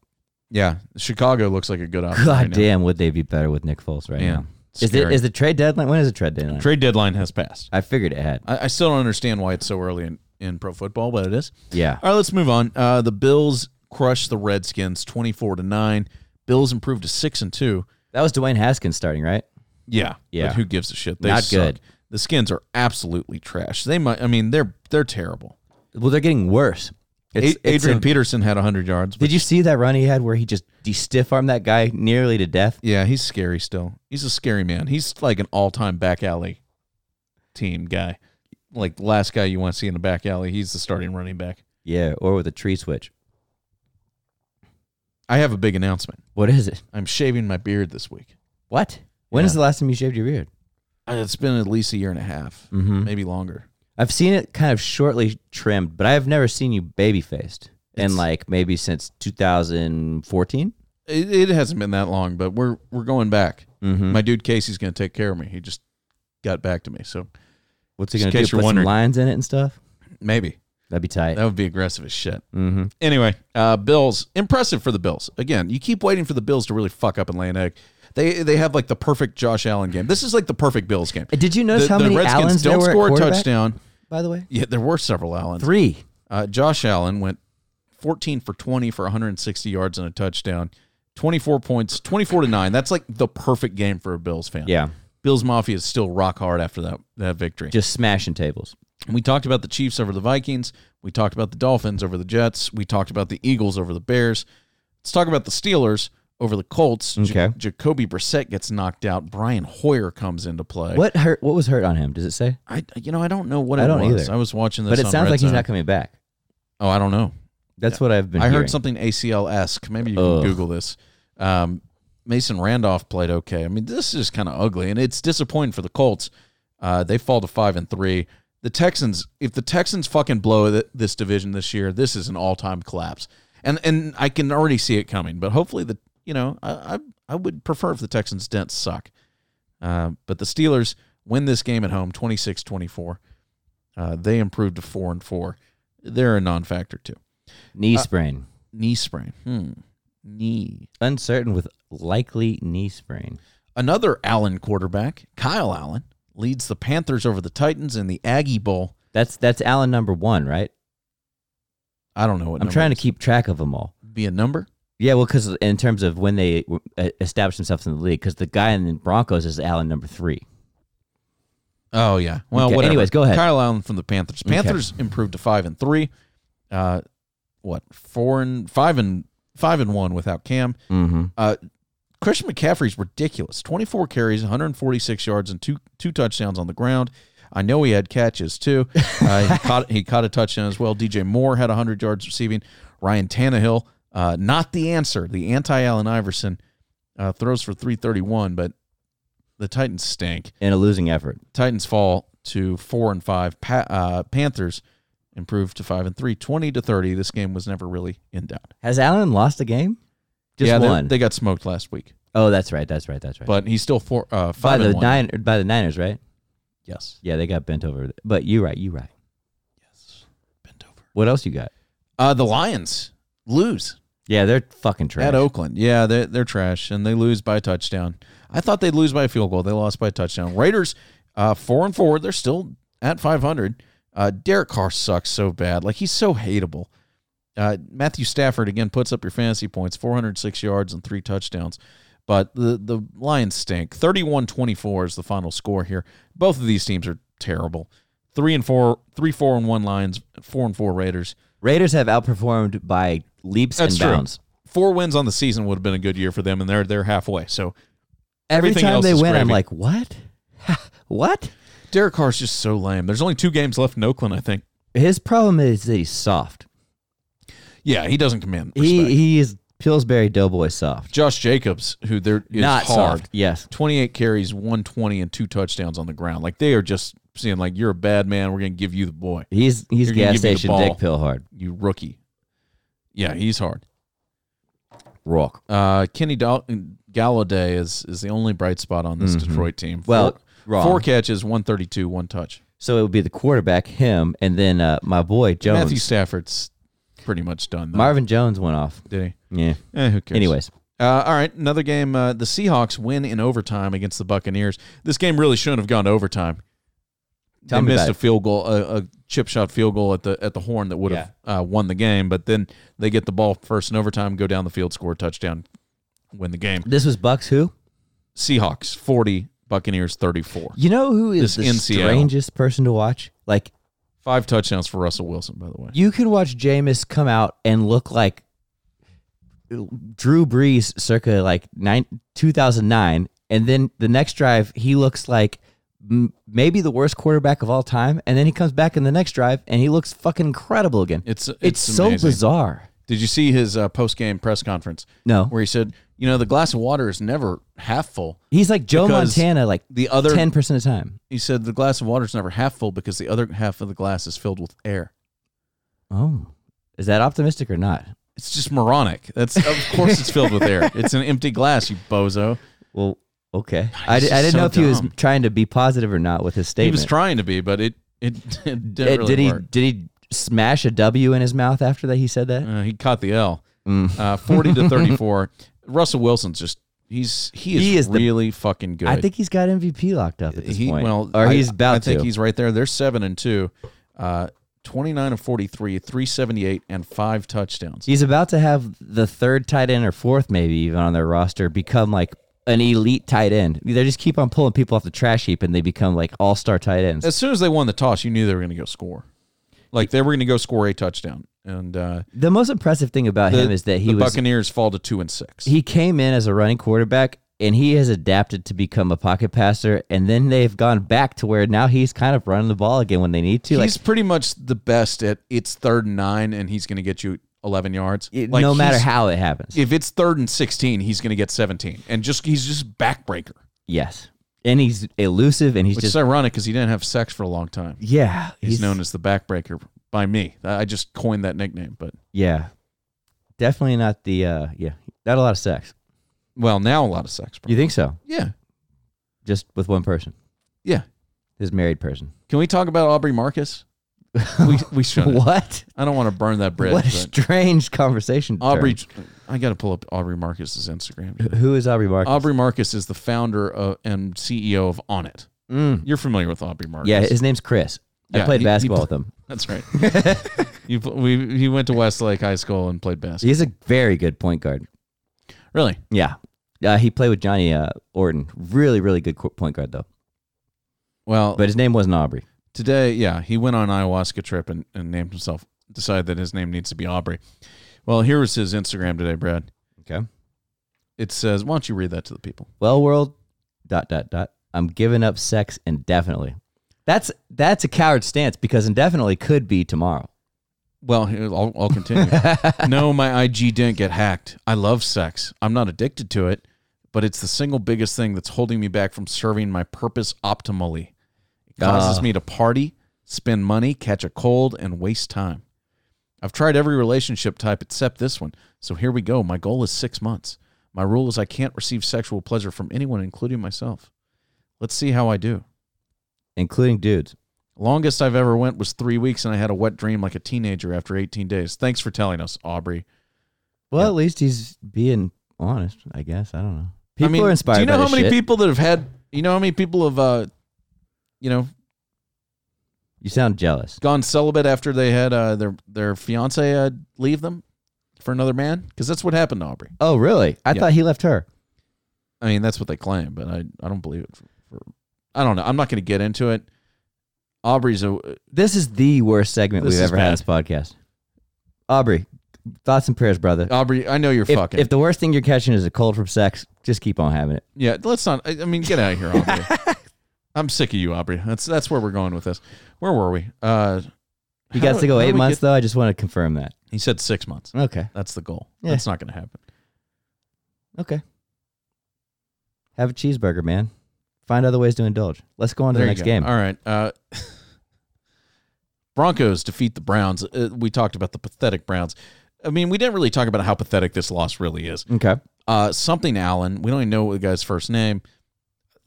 yeah, Chicago looks like a good option. God right now. damn, would they be better with Nick Foles right Yeah. now? Is it Scary. is the trade deadline? When is the trade deadline? Trade deadline has passed. I figured it had. I, I still don't understand why it's so early in, in pro football, but it is. Yeah, All right, let's move on. Uh, the Bills crushed the Redskins 24 to 9. Bills improved to 6 and 2. that was Dwayne Haskins starting, right? Yeah. Yeah. But who gives a shit? They Not suck. good. The skins are absolutely trash. They might I mean they're they're terrible. Well, they're getting worse. It's- A- it's Adrian a- Peterson had 100 yards. but- did you see that run he had where he just de stiff armed that guy nearly to death? yeah, he's scary still. He's a scary man. He's like an all-time back alley team guy. Like the last guy you want to see in the back alley, he's the starting running back. Yeah, or with a tree switch. I have a big announcement. What is it? I'm shaving my beard this week. What? When is Yeah. the last time you shaved your beard? Uh, It's been at least a year and a half, Mm-hmm. maybe longer. I've seen it kind of shortly trimmed, but I have never seen you baby faced. And It's- like maybe since 2014. It, it hasn't been that long, but we're we're going back. Mm-hmm. My dude Casey's going to take care of me. He just got back to me, so What's it Just gonna in do? case Put you're some wondering. lines in it and stuff. maybe That'd be tight. that would be aggressive as shit. Mm-hmm. Anyway, uh, Bills impressive for the Bills. Again, you keep waiting for the Bills to really fuck up and lay an egg. They they have like the perfect Josh Allen game. This is like the perfect Bills game. Did you notice the, how the many Redskins Allens there don't were at score a quarterback, touchdown. By the way, Yeah, there were several Allens. three. Uh, Josh Allen went 14 for 20 for 160 yards and a touchdown. 24 points, 24 to 9. That's like the perfect game for a Bills fan. Yeah, Bills Mafia is still rock hard after that that victory. just smashing tables. We talked about the Chiefs over the Vikings. We talked about the Dolphins over the Jets. We talked about the Eagles over the Bears. Let's talk about the Steelers over the Colts. Ja- Okay. Jacoby Brissett gets knocked out. Brian Hoyer comes into play. What hurt? What was hurt on him? Does it say? I you know I don't know what I it don't was. either. I was watching this. But it on sounds Red like he's Zone. not coming back. Oh, I don't know. That's what I've been. I hearing. heard something ACL esque. Maybe you can Ugh. Google this. Um, Mason Randolph played okay. I mean, this is kind of ugly, and it's disappointing for the Colts. Uh, they fall to five and three. The Texans, if the Texans fucking blow th- this division this year, this is an all time collapse. And and I can already see it coming. But hopefully, the you know I I, I would prefer if the Texans didn't suck. Uh, but the Steelers win this game at home 26-24. Uh, they improved to four and four. They're a non factor too knee sprain. knee sprain. Hmm. Knee. Uncertain with likely knee sprain. Another Allen quarterback, Kyle Allen, leads the Panthers over the Titans in the Aggie Bowl. That's that's Allen number one, right? I don't know what I'm number trying to it keep track of them all. would be a number. Yeah, well, because in terms of when they w- uh, established themselves in the league, because the guy in the Broncos is Allen number three. Oh yeah. Well, Okay, whatever. anyways, go ahead. Kyle Allen from the Panthers. Okay. Panthers improved to five and three. Uh, what four and five and five and one without Cam. Mm-hmm. Uh, Christian McCaffrey's ridiculous. 24 carries, 146 yards, and two two touchdowns on the ground. I know he had catches too. Uh, he caught he caught a touchdown as well. DJ Moore had 100 yards receiving. Ryan Tannehill, uh, not the answer. The anti Allen Iverson uh, throws for 331, but the Titans stink. In a losing effort. Titans fall to four and five. Pa- uh, Panthers improved to five and three. 20 to 30. This game was never really in doubt. Has Allen lost a game? Just yeah, they- one. They, got smoked last week, oh, that's right. That's right. That's right. but he's still four uh, by five the and one. nine, by the Niners, right? Yes. Yeah, they got bent over. But you're right. You're right. Yes. Bent over. What else you got? Uh, the Lions lose Yeah, they're fucking trash. at Oakland. Yeah, they're, they're trash, and they lose by a touchdown. I thought they'd lose by a field goal. They lost by a touchdown. Raiders, uh, four and four. They're still at 500. Uh, Derek Carr sucks so bad. Like, he's so hateable. Uh, Matthew Stafford again puts up your fantasy points, 406 yards and three touchdowns. But the the Lions stink. 31-24 is the final score here. Both of these teams are terrible. Three and four, three four and one Lions, four and four Raiders. Raiders have outperformed by leaps That's and true. bounds. Four wins on the season would have been a good year for them, and they're they're halfway. So Every Everything time else they is win, I'm gravy. like, what? what? Derek Carr's just so lame. There's only two games left in Oakland, I think. His problem is that he's soft. Yeah, he doesn't command respect. He he is Pillsbury Doughboy soft. Josh Jacobs, who there is Not hard. soft. Yes. 28 carries, 120, and two touchdowns on the ground. Like they are just saying, like you're a bad man. We're gonna give you the boy, He's he's You're gonna gas give me the station ball. Dick Pill hard. you rookie. Yeah, he's hard. Rock. Uh, Kenny Dal- Galladay is is the only bright spot on this Detroit team. Mm-hmm. Well, four, wrong. four catches, 132, one touch. So it would be the quarterback, him, and then uh, my boy Jones. Matthew Stafford's pretty much done. Though, Marvin Jones went off. did Yeah. he? Eh, who cares? Anyways, Uh, all right, another game. Uh, the Seahawks win in overtime against the Buccaneers. This game really shouldn't have gone to overtime. Tell they me missed about a it. field goal, a, a chip shot field goal at the at the horn that would have uh, won the game. But then they get the ball first in overtime, go down the field, score a touchdown, win the game. this was Bucks who? Seahawks forty, Buccaneers thirty four. You know who is This the in Seattle. strangest person to watch? Like Five touchdowns for Russell Wilson, by the way. you can watch Jameis come out and look like Drew Brees circa like nine, 2009 and then the next drive he looks like m- maybe the worst quarterback of all time and then he comes back in the next drive and he looks fucking incredible again. It's it's, It's so amazing. bizarre. Did you see his uh, post game press conference No. where he said, "You know, the glass of water is never half full." He's like Joe Because Montana like The other 10% of the time. He said the glass of water is never half full because the other half of the glass is filled with air. Oh. Is that optimistic or not? It's just moronic. That's of course it's filled with air. It's an empty glass, you bozo. Well, okay. I, He's di- I just didn't so know if he was dumb. trying to be positive or not with his He statement. was trying to be, but it it, it didn't Uh, really did he work. did he smash a W in his mouth after that? He said that. Uh, he caught the L. Mm. Uh, Forty to thirty-four. Russell Wilson's just he's he is, He is the- really fucking good. I think he's got MVP locked up at this he point. well, or I- he's about I think to. he's right there. They're seven and two, uh, twenty-nine and forty-three, three seventy-eight, and five touchdowns. He's about to have the third tight end or fourth, maybe even on their roster, become like an elite tight end. They just keep on pulling people off the trash heap, and they become like all star tight ends. as soon as they won the toss, you knew they were going to go score. Like they were going to go score a touchdown, and uh, the most impressive thing about the, him is that he the was Buccaneers fall to two and six. he came in as a running quarterback. And he has adapted to become a pocket passer, and then they've gone back to where now he's kind of running the ball again when they need to. like he's pretty much the best at it's third and nine, and he's going to get you eleven yards. it- Like, no matter he's- how it happens. if it's third and sixteen, he's going to get seventeen, and just he's just backbreaker, Yes. And he's elusive and he's which just is ironic because he didn't have sex for a long time. yeah, He's, known as the backbreaker by me. I I just coined that nickname, but yeah. Definitely not the uh yeah, not a lot of sex. well, now a lot of sex. Bro. You think so? Yeah, Just with one person, yeah. his married person. Can we talk about Aubrey Marcus? we we should. What? I don't want to burn that bridge. what a but- strange conversation. Aubrey, term. I got to pull up Aubrey Marcus's Instagram. Who is Aubrey Marcus? Aubrey Marcus is the founder of, and CEO of Onnit. Mm. You're familiar with Aubrey Marcus? Yeah, his name's Chris. Yeah, I played he- he pl- basketball with him. that's right. you pl- we he went to Westlake High School and played basketball. He's a very good point guard. Really? Yeah. Uh, he played with Johnny uh, Orton. Really, really good qu- point guard though. Well, But his name wasn't Aubrey. today, yeah, he went on an ayahuasca trip and, and named himself. Decided that his name needs to be Aubrey. Well, here was his Instagram today, Brad. Okay. It says, "Why don't you read that to the people?" Well, world, dot dot dot. I'm giving up sex indefinitely. That's that's a coward stance because indefinitely could be tomorrow. Well, here, I'll, I'll continue. no, my IG didn't get hacked. I love sex. I'm not addicted to it, but it's the single biggest thing that's holding me back from serving my purpose optimally. It causes Ah. me to party, spend money, catch a cold, and waste time. I've tried every relationship type except this one. So here we go. My goal is six months. My rule is I can't receive sexual pleasure from anyone, including myself. Let's see how I do. Including dudes. Longest I've ever went was three weeks, and I had a wet dream like a teenager after 18 days. Thanks for telling us, Aubrey. Well, at least he's being honest, I guess. I don't know. I People mean, are inspired. Do you know by how this many shit. people that have had? You know how many people have, uh, you know, You sound jealous. Gone celibate after they had uh, their their fiance uh, leave them for another man? Because that's what happened to Aubrey. Oh, really? I Yeah. thought he left her. I mean, that's what they claim, but I, I don't believe it. For, for- I don't know. I'm not going to get into it. Aubrey's a This is the worst segment This we've is ever had on this podcast. Aubrey, thoughts and prayers, brother. Aubrey. I know you're if, fucking. if the worst thing you're catching is a cold from sex, just keep on having it. yeah, let's not. I, I mean, get out of here, Aubrey. I'm sick of you, Aubrey. That's that's where we're going with this. Where were we? Uh, You how got do- to go how do eight we months get- though. I just want to confirm that. he said six months. Okay. That's the goal. Yeah. That's not going to happen. Okay. Have a cheeseburger, man. Find other ways to indulge. Let's go on to There the you next go. game. All right. Uh, Broncos defeat the Browns. Uh, we talked about the pathetic Browns. I mean, we didn't really talk about how pathetic this loss really is. Okay. Uh, something Allen. We don't even know the guy's first name.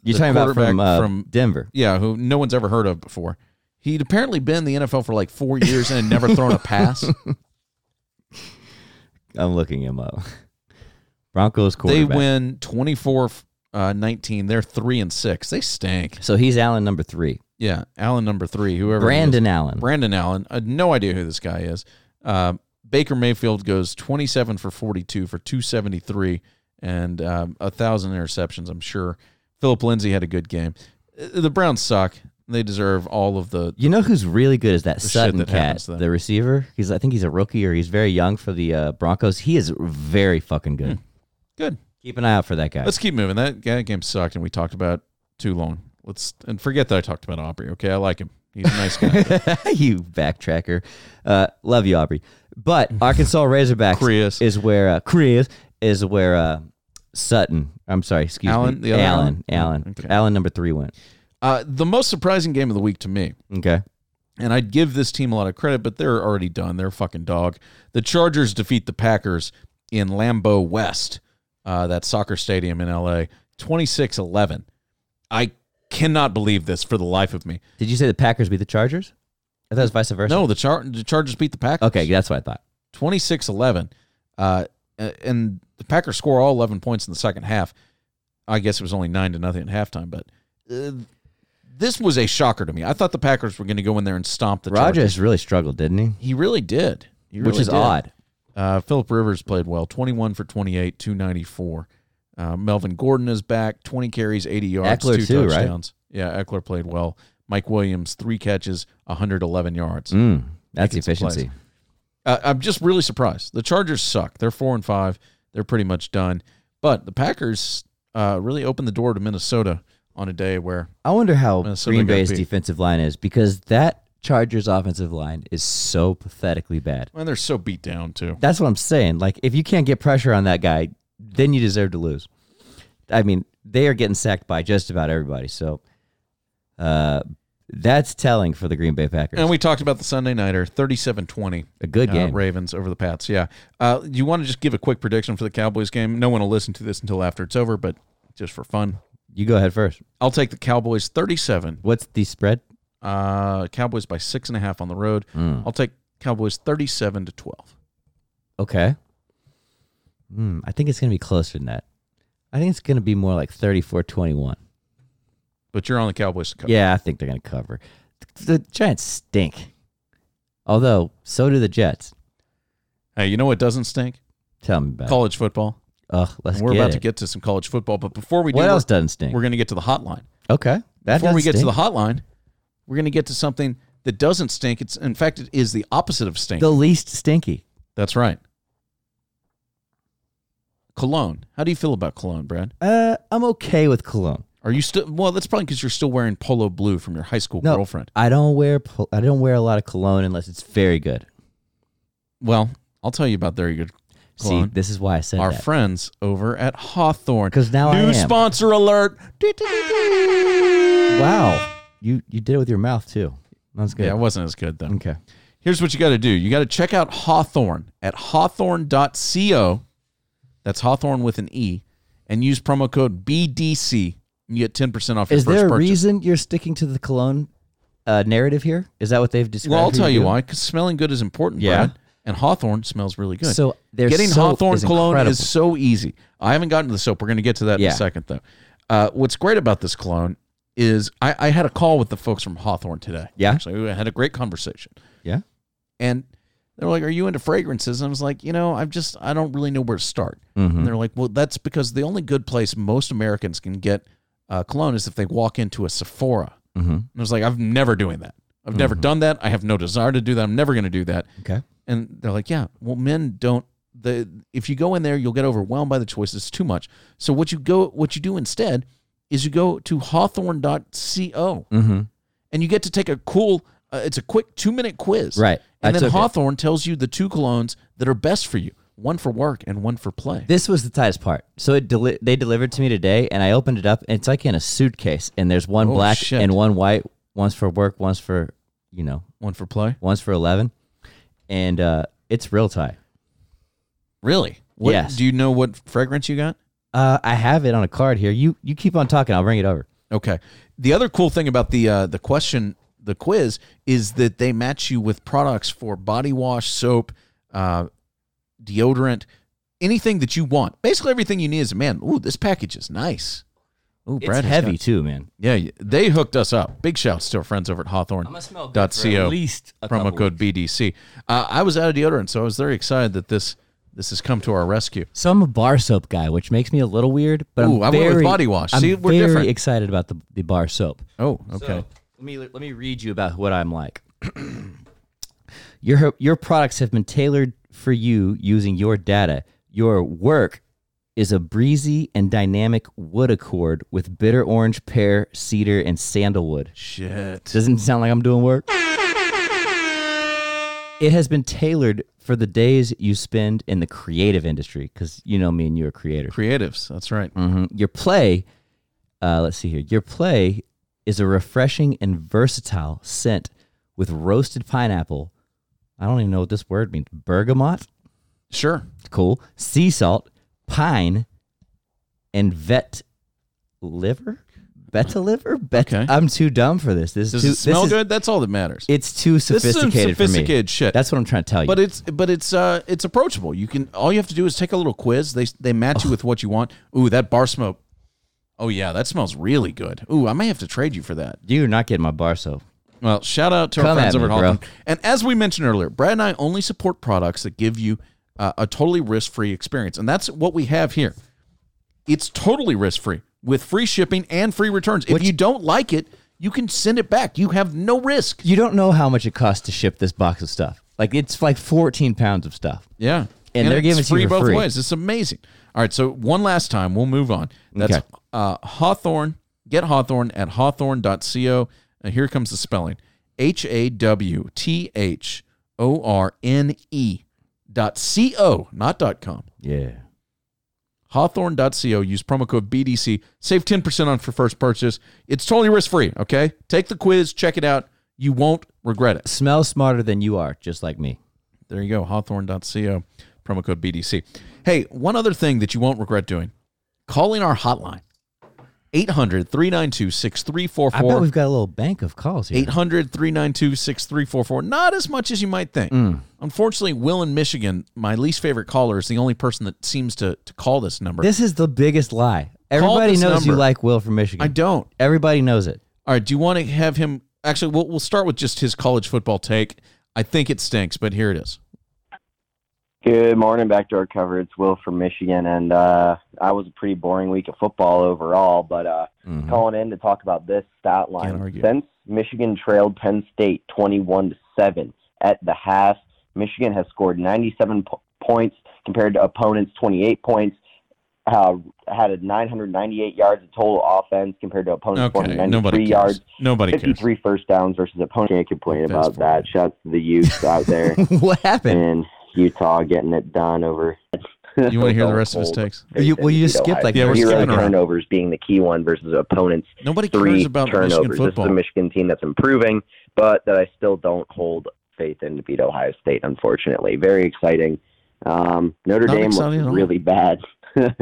You're The talking about from, quarterback uh, from- Denver. Yeah, who no one's ever heard of before. He'd apparently been in the NFL for like four years and had never thrown a pass. I'm looking him up. Broncos they quarterback. win 24 uh, 19. They're three and six. They stank. So he's Allen number three. Yeah. Allen number three, whoever. it is. Brandon Allen. Brandon Allen. I had no idea who this guy is. Uh, Baker Mayfield goes 27 for 42 for 273 and um, a thousand interceptions, I'm sure. Philip Lindsay had a good game. Uh, The Browns suck. They deserve all of the. you know who's really good is that shit Sutton that cat, happens to them. the receiver. He's I think he's a rookie or he's very young for the uh, Broncos. He is very fucking Hmm. good. Good. Keep an eye out for that guy. Let's keep moving. That, that game sucked, and we talked about too long. Let's and forget that I talked about Aubrey. Okay, I like him. He's a nice guy. you backtracker. Uh, love you, Aubrey. But Arkansas Razorbacks Chris. is where uh, Chris is where uh, Sutton. I'm sorry, excuse Allen, me. the other Allen, Allen? Allen, Okay. Allen number three went. Uh, the most surprising game of the week to me, Okay, and I'd give this team a lot of credit, but they're already done. They're a fucking dog. The Chargers defeat the Packers in Lambeau West, uh, that soccer stadium in L.A. 26-11. I cannot believe this for the life of me. did you say the Packers beat the Chargers? I thought it was vice versa. No, the, Char- the Chargers beat the Packers. Okay, that's what I thought. 26 11. Uh, and the Packers score all 11 points in the second half. I guess it was only 9 to nothing at halftime, but uh, this was a shocker to me. I thought the Packers were going to go in there and stomp the Chargers. Rogers really struggled, didn't he? He really did. He Which really is did. odd. Uh, Philip Rivers played well 21 for 28, 294. Uh, Melvin Gordon is back, 20 carries, 80 yards, Eckler two too, right? touchdowns. Yeah, Eckler played well. Mike Williams, three catches, 111 yards. Mm, that's Making some efficiency. Uh, I'm just really surprised. The Chargers suck. They're four and five. They're pretty much done. But the Packers uh, really opened the door to Minnesota on a day where I wonder how Minnesota Green got Bay's beat. defensive line is because that Chargers offensive line is so pathetically bad. man, they're so beat down too. That's what I'm saying. Like, if you can't get pressure on that guy, then you deserve to lose. I mean, they are getting sacked by just about everybody. So, uh, that's telling for the Green Bay Packers. And we talked about the Sunday nighter, 37-20. a good Uh, game. Ravens over the Pats. Yeah. Uh, you want to just give a quick prediction for the Cowboys game? No one will listen to this until after it's over, but just for fun, you go ahead first. I'll take the Cowboys 37. What's the spread? Uh, Cowboys by six and a half on the road. Hmm. Mm, I'll take Cowboys 37 to 12. Okay. Hmm, I think it's going to be closer than that. I think it's going to be more like 34 21. But you're on the Cowboys to cover. Yeah, I think they're going to cover. The Giants stink. Although, so do the Jets. Hey, you know what doesn't stink? Tell me about it. College football. Ugh, let's And we're get about it. to get to some college football, but before we do, what we're- else doesn't we're, stink? going to get to the hotline. okay. That before doesn't we get stink. to the hotline, we're going to get to something that doesn't stink. It's in fact, it is the opposite of stink. the least stinky. That's right. Cologne. How do you feel about cologne, Brad? Uh, I'm okay with cologne. Are you still? Well, that's probably because you're still wearing polo blue from your high school No, girlfriend. I don't wear pol- I don't wear a lot of cologne unless it's very good. Well, I'll tell you about their good See, cologne. this is why I said Our that. friends over at Hawthorne. 'Cause now I new am. sponsor alert. wow, you you did it with your mouth too. That's good. Yeah, it wasn't as good though. Okay. here's what you got to do you got to check out hawthorne at hawthorne.co that's hawthorne with an e and use promo code bdc and you get 10% off your Is first there a purchase reason you're sticking to the cologne uh, narrative here? Is that what they've described? well i'll for tell you to do? why because smelling good is important Yeah. Brad. and hawthorne smells really good So their getting soap hawthorne is cologne incredible. is so easy i haven't gotten to the soap we're going to get to that in Yeah. a second though uh, what's great about this cologne is I, I had a call with the folks from Hawthorne today. Yeah? Actually, we had a great conversation. Yeah. And they're like, Are you into fragrances? And I was like, You know, I've just, I don't really know where to start. Mm-hmm. And they're like, Well, that's because the only good place most Americans can get uh, cologne is if they walk into a Sephora. Mm-hmm. And I was like, I'm never doing that. I've never done that. I have no desire to do that. I'm never going to do that. Okay. And they're like, yeah, well, men don't. The if you go in there, you'll get overwhelmed by the choices. It's too much. So what you go, what you do instead is you go to Hawthorne.co Mm-hmm. and you get to take a cool. Uh, it's a quick two minute quiz, Right. I And took then it. Hawthorne tells you the two colognes that are best for you: one for work and one for play. This was the tightest part. So it deli- they delivered to me today, and I opened it up, and it's like in a suitcase, and there's one Oh, black shit. and one white, one's for work, one's for you know, One for play. one's for eleven, and uh, it's real tight. Really? What, Yes. Do you know what fragrance you got? Uh, I have it on a card here. You you keep on talking. I'll bring it over. Okay. The other cool thing about the uh, the question, the quiz, is that they match you with products for body wash, soap, uh, deodorant, anything that you want. Basically, everything you need is a man. Ooh, this package is nice. Ooh, It's Brad has heavy got- too, man. yeah, y- they hooked us up. Big shouts to our friends over at Hawthorne. dot co. least a promo code BDC. Uh, I was out of deodorant, so I was very excited that this this has come to our rescue. So I'm a bar soap guy, which makes me a little weird, but Ooh, I'm I went very, with body wash. I'm See, we're very different. excited about the, the bar soap. Oh, okay. let me let me read you about what I'm like. your your products have been tailored for you using your data. Your work is a breezy and dynamic wood accord with bitter orange, pear, cedar, and sandalwood. Shit. Doesn't sound like I'm doing work. It has been tailored for the days you spend in the creative industry because you know me and you are creators. Creatives. That's right. Mhm. Your play, uh, let's see here. Your play is a refreshing and versatile scent with roasted pineapple. I don't even know what this word means. Bergamot, Sure. cool. Sea salt, pine, and vet liver. Beta liver. Bet- Okay. I'm too dumb for this. This is Does too, it smell this is- good? That's all that matters. It's too This is some sophisticated, for me. sophisticated shit. That's what I'm trying to tell you. but it's but it's uh it's approachable. You can all you have to do is take a little quiz. They they match you with what you want. Ooh, that bar smoke. Oh yeah, that smells really good. Ooh, I may have to trade you for that. You're not getting my bar soap. Well, shout out to our Come friends at over at me, bro. Hawthorne. And as we mentioned earlier, Brad and I only support products that give you uh, a totally risk free experience, and that's what we have here. It's totally risk free with free shipping and free returns. If you don't like it, you can send it back. You have no risk. You don't know how much it costs to ship this box of stuff. Like it's like 14 pounds of stuff. Yeah. And they're it's giving it to you free for both free. ways. It's amazing. All right, so one last time, we'll move on. That's Okay. uh, Hawthorne. Get Hawthorne at hawthorne.co. And here comes the spelling. H A W T H O R N E dot C O, not dot com. Yeah. Hawthorne.co. Use promo code BDC. Save 10% on for first purchase. It's totally risk free, okay? Take the quiz, check it out. You won't regret it. smell smarter than you are, just like me. There you go, hawthorne.co, promo code BDC. Hey, one other thing that you won't regret doing calling our hotline 800 392 I bet 6344. we've got a little bank of calls here. 800 392 6344. Not as much as you might think. Mm. Unfortunately, Will in Michigan, my least favorite caller, is the only person that seems to, to call this number. This is the biggest lie. Everybody this knows you number. like Will from I Michigan. don't. Everybody knows it. All right. Do you want to have him? Actually, we'll, we'll start with just his college football take. I think it stinks, but here it is. Good morning, backdoor cover. It's Will from Michigan, and uh, I was a pretty boring week of football overall. But uh, calling in to talk about this stat Mm-hmm. Can't line: argue. since Michigan trailed Penn State twenty-one to seven at the half, Michigan has scored ninety-seven po- points compared to opponents twenty-eight points. Uh, had a nine hundred ninety-eight yards of total offense compared to opponents four Okay. hundred Nobody ninety-three cares. yards. Nobody cares. 53 first downs versus opponents. Can't complain That's about boring. that. Shouts to the youth out there what happened? in Utah getting it done over. You want to hear the rest of his takes? You- well, you just skipped, like, Yeah, we're zero skipping around. turnovers being the key one versus opponents. Nobody Three cares about Michigan turnovers. This is football. a Michigan team that's improving, but that I still don't hold faith in to beat Ohio State. Unfortunately, very exciting. Um, Notre Not Dame exciting at all. looks really bad,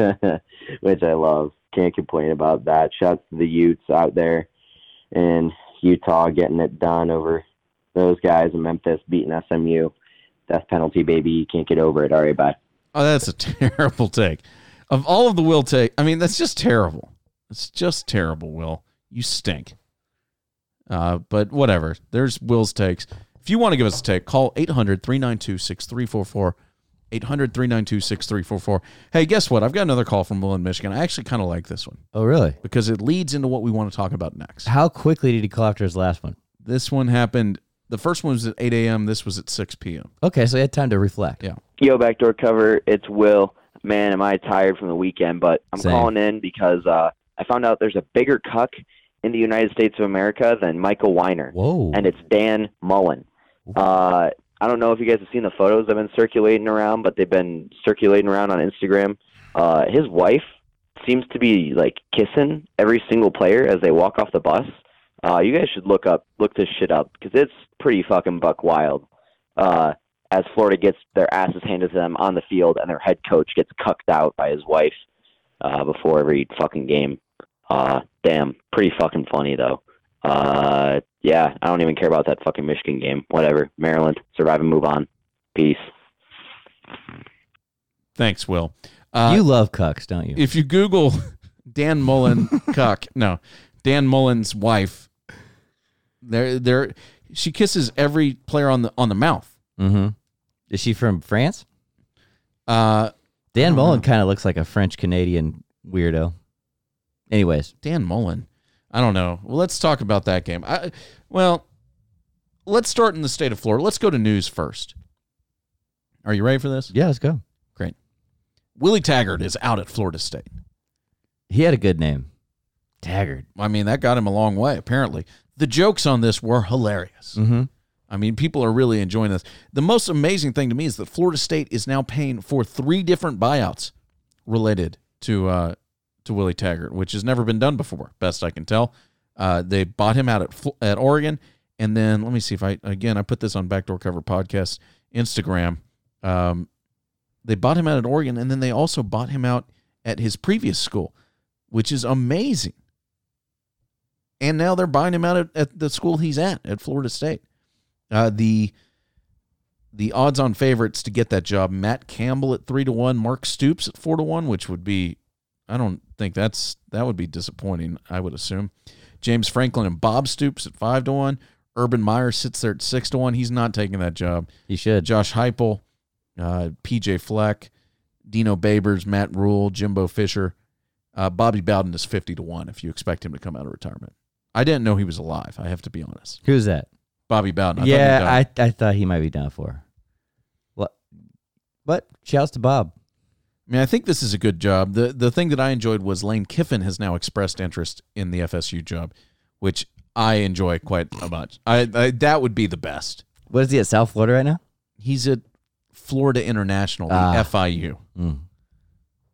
which I love. Can't complain about that. Shouts to the Utes out there in Utah getting it done over those guys in Memphis beating SMU. Death penalty, baby. You can't get over it. All right, bye. Oh, that's a terrible take. Of all of the Will take, I mean, that's just terrible. It's just terrible, Will. you stink. Uh, but whatever. There's Will's takes. If you want to give us a take, call 800 392 6344. 800 392 6344. Hey, guess what? I've got another call from Will in Michigan. I actually kind of like this one Oh, really? because it leads into what we want to talk about next. How quickly did he call after his last one? This one happened. The first one was at 8 a.m. This was at 6 p.m. Okay, so he had time to reflect. Yeah. Yo, backdoor cover. It's Will. Man, am I tired from the weekend? But I'm Same. calling in because uh, I found out there's a bigger cuck in the United States of America than Michael Weiner, Whoa. and it's Dan Mullen. Uh, I don't know if you guys have seen the photos that have been circulating around, but they've been circulating around on Instagram. Uh, his wife seems to be like kissing every single player as they walk off the bus. Uh, you guys should look up, look this shit up because it's pretty fucking buck wild. Uh, as Florida gets their asses handed to them on the field and their head coach gets cucked out by his wife uh, before every fucking game. Uh, damn, pretty fucking funny though. Uh, yeah, I don't even care about that fucking Michigan game. Whatever, Maryland, survive and move on. Peace. Thanks, Will. Uh, you love cucks, don't you? if you Google Dan Mullen cuck, no, Dan Mullen's wife, there, there, she kisses every player on the on the mouth. mm-hmm. Is she from France? Uh, Dan Mullen kind of looks like a French Canadian weirdo. Anyways, Dan Mullen, I don't know. Well, let's talk about that game. I, well, let's start in the state of Florida. Let's go to news first. Are you ready for this? yeah, let's go. Willie Taggart is out at Florida State. He had a good name, Taggart. I mean, that got him a long way. Apparently, the jokes on this were hilarious. Mm-hmm. I mean, people are really enjoying this. The most amazing thing to me is that Florida State is now paying for three different buyouts related to uh, to Willie Taggart, which has never been done before, best I can tell. Uh, they bought him out at Fl- at Oregon, and then let me see if I again I put this on Backdoor Cover Podcast Instagram. Um, they bought him out at Oregon, and then they also bought him out at his previous school, which is amazing. And now they're buying him out at, at the school he's at at Florida State. Uh, the the odds on favorites to get that job: Matt Campbell at three to one, Mark Stoops at four to one, which would be I don't think that's that would be disappointing. I would assume James Franklin and Bob Stoops at five to one. Urban Meyer sits there at six to one. He's not taking that job. He should. Josh Heupel, uh, P.J. Fleck, Dino Babers, Matt Rule, Jimbo Fisher, uh, Bobby Bowden is fifty to one. If you expect him to come out of retirement, I didn't know he was alive. I have to be honest. Who's that? Bobby Bowden. I thought he died. yeah, I I thought he might be down for. What? But shouts to Bob. I mean, I think this is a good job. The the thing that I enjoyed was Lane Kiffin has now expressed interest in the FSU job, which I enjoy quite a much. I, I that would be the best. What is he at South Florida right now? He's at Florida International, the Ah. FIU. Mm.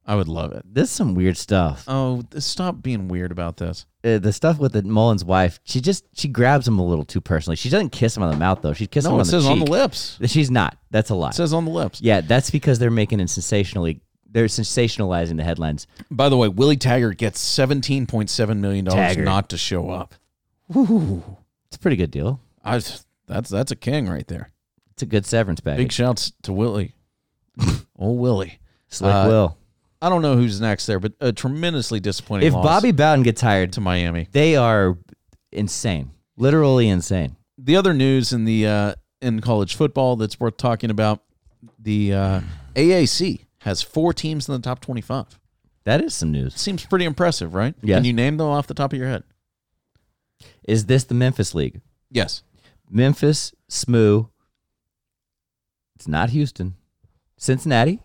I would love it. This is some weird stuff. Oh, th- stop being weird about this. Uh, the stuff with the Mullen's wife, she just she grabs him a little too personally. She doesn't kiss him on the mouth though. She kisses no, him it on the says on the cheek. lips. She's not. That's a lie. It says on the lips. yeah, that's because they're making it sensationally. They're sensationalizing the headlines. By the way, Willie Taggart gets seventeen point seven million dollars Taggart. not to show up. It's a pretty good deal. I that's that's a king right there. It's a good severance package. Big shouts to Willie. oh Willie. Slick uh, Will. I don't know who's next there, but a tremendously disappointing If loss Bobby Bowden gets hired, to Miami. they are insane. Literally insane. The other news in the uh, in college football that's worth talking about: the uh, AAC has four teams in the top twenty-five. That is some news. Seems pretty impressive, right? Yes. Can you name them off the top of your head? Is this the Memphis League? Yes. Memphis, SMU. It's not Houston. Cincinnati.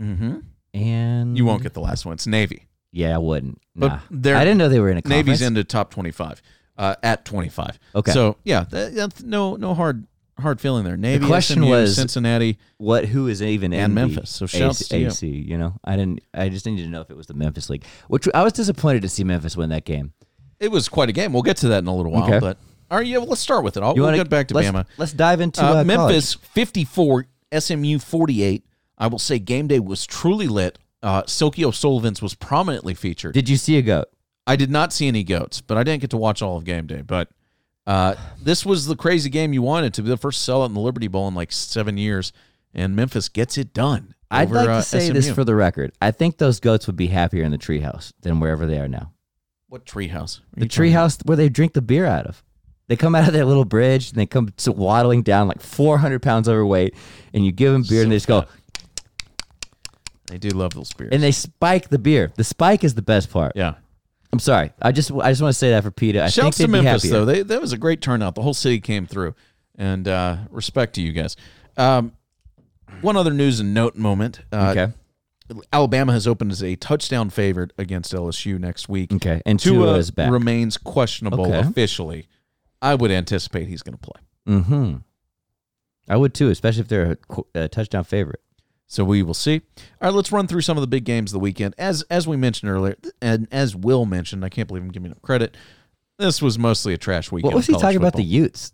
Mm-hmm. And You won't get the last one. It's Navy. Yeah, I wouldn't. But Nah. they're- I didn't know they were in a conference. Navy's into top twenty-five uh, at twenty-five. Okay. So yeah, that, that's no no hard hard feeling there. Navy, question SMU, was- Cincinnati. what? Who is even And in the Memphis, so shouts AC, to you. AC, you know, I didn't. I just needed to know if it was the Memphis League, which I was disappointed to see Memphis win that game. It was quite a game. We'll get to that in a little while. Okay. But all right, yeah, well, let's start with it. I'll, You we'll wanna- get back to let's, Bama. Let's dive into Uh, uh, Memphis 54, SMU 48. I will say game day was truly lit. Uh, Silky O'Sullivan's was prominently featured. college. Did you see a goat? I did not see any goats, but I didn't get to watch all of game day. But uh, this was the crazy game you wanted to be the first sellout in the Liberty Bowl in like seven years, and Memphis gets it done. I'd over, like uh, to say this SMU. for the record. I think those goats would be happier in the treehouse than wherever they are now. What treehouse? Are The you talking about? treehouse where they drink the beer out of. They come out of that little bridge and they come s- waddling down like 400 pounds overweight, and you give them beer and they just go, They do love those beers. and they spike the beer. The spike is the best part. yeah. I'm sorry. I just I just want to say that for PETA. I Shouts to think they'd be Memphis happier. though. They that was a great turnout. The whole city came through, and uh, respect to you guys. Um, one other news and note moment. Uh, Okay. Alabama has opened as a touchdown favorite against LSU next week. Okay. And Tua, Tua is back. remains questionable Okay. officially. I would anticipate he's going to play. mm-hmm. I would too, especially if they're a, qu- a touchdown favorite. So we will see. All right, let's run through some of the big games of the weekend. As as we mentioned earlier, and as Will mentioned, I can't believe I'm giving him credit. This was mostly a trash weekend. What was he of college talking about? The football. Utes.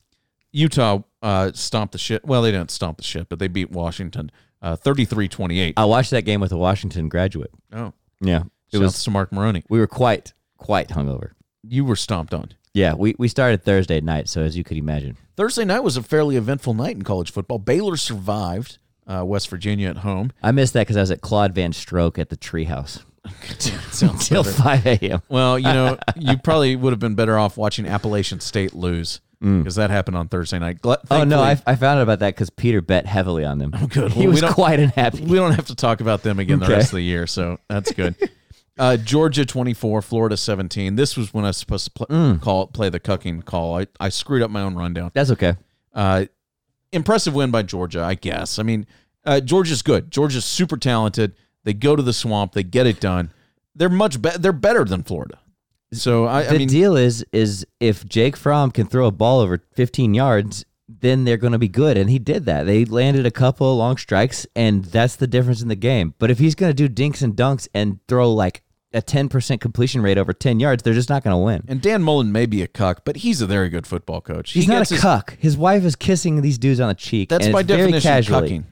Utah uh, stomped the shit. Well, they didn't stomp the shit, but they beat Washington uh, 33-28. I watched that game with a Washington graduate. oh, Yeah. it It was. was to Mark Maroney. We were quite quite hungover. You were stomped on. Yeah. We we started Thursday night, so as you could imagine. Thursday night was a fairly eventful night in college football. Baylor survived uh, West Virginia at home. I missed that because I was at Claude Van Stroke at the treehouse Sounds till better. 5 a.m. Well, you know, you probably would have been better off watching Appalachian State lose because that happened on Thursday night. Gla- Oh, thankfully- no. Oh, I, I found out about that because Peter bet heavily on them. good. He Well, we was don't- quite unhappy. we don't have to talk about them again the Okay. rest of the year, so that's good. uh, Georgia 24, Florida 17. This was when I was supposed to pl- Mm. call play the cucking call. I, I screwed up my own rundown. That's okay. Uh, impressive win by Georgia, I guess. I mean, uh, Georgia's good. Georgia's super talented. They go to the swamp. They get it done. They're much better. They're better than Florida. So I, I the mean, deal is is if Jake Fromm can throw a ball over 15 yards, then they're going to be good, and he did that. They landed a couple long strikes, and that's the difference in the game. But if he's going to do dinks and dunks and throw like a 10% completion rate over 10 yards, they're just not going to win. and Dan Mullen may be a cuck, but he's a very good football coach. He's he not gets a his- cuck. His wife is kissing these dudes on the cheek. That's and by it's very definition casually. cucking.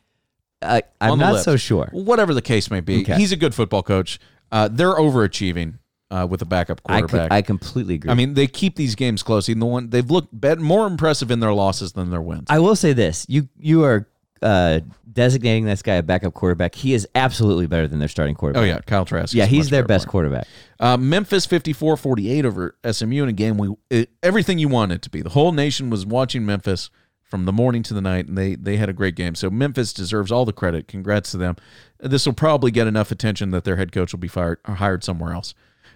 I, I'm on the not lips. so sure. Whatever the case may be, Okay. he's a good football coach. Uh, they're overachieving uh, with a backup I, co- quarterback. I completely agree. I mean, they keep these games close. Even the one they've looked bet, more impressive in their losses than their wins. I will say this: you you are uh, designating this guy a backup quarterback. He is absolutely better than their starting quarterback. oh yeah, Kyle Trask. Yeah, is he's much their better best player. quarterback. Uh, Memphis 54-48 over SMU in a game we it, everything you wanted it to be. The whole nation was watching Memphis from the morning to the night, and they they had a great game. So Memphis deserves all the credit. Congrats to them. This will probably get enough attention that their head coach will be fired or hired somewhere else.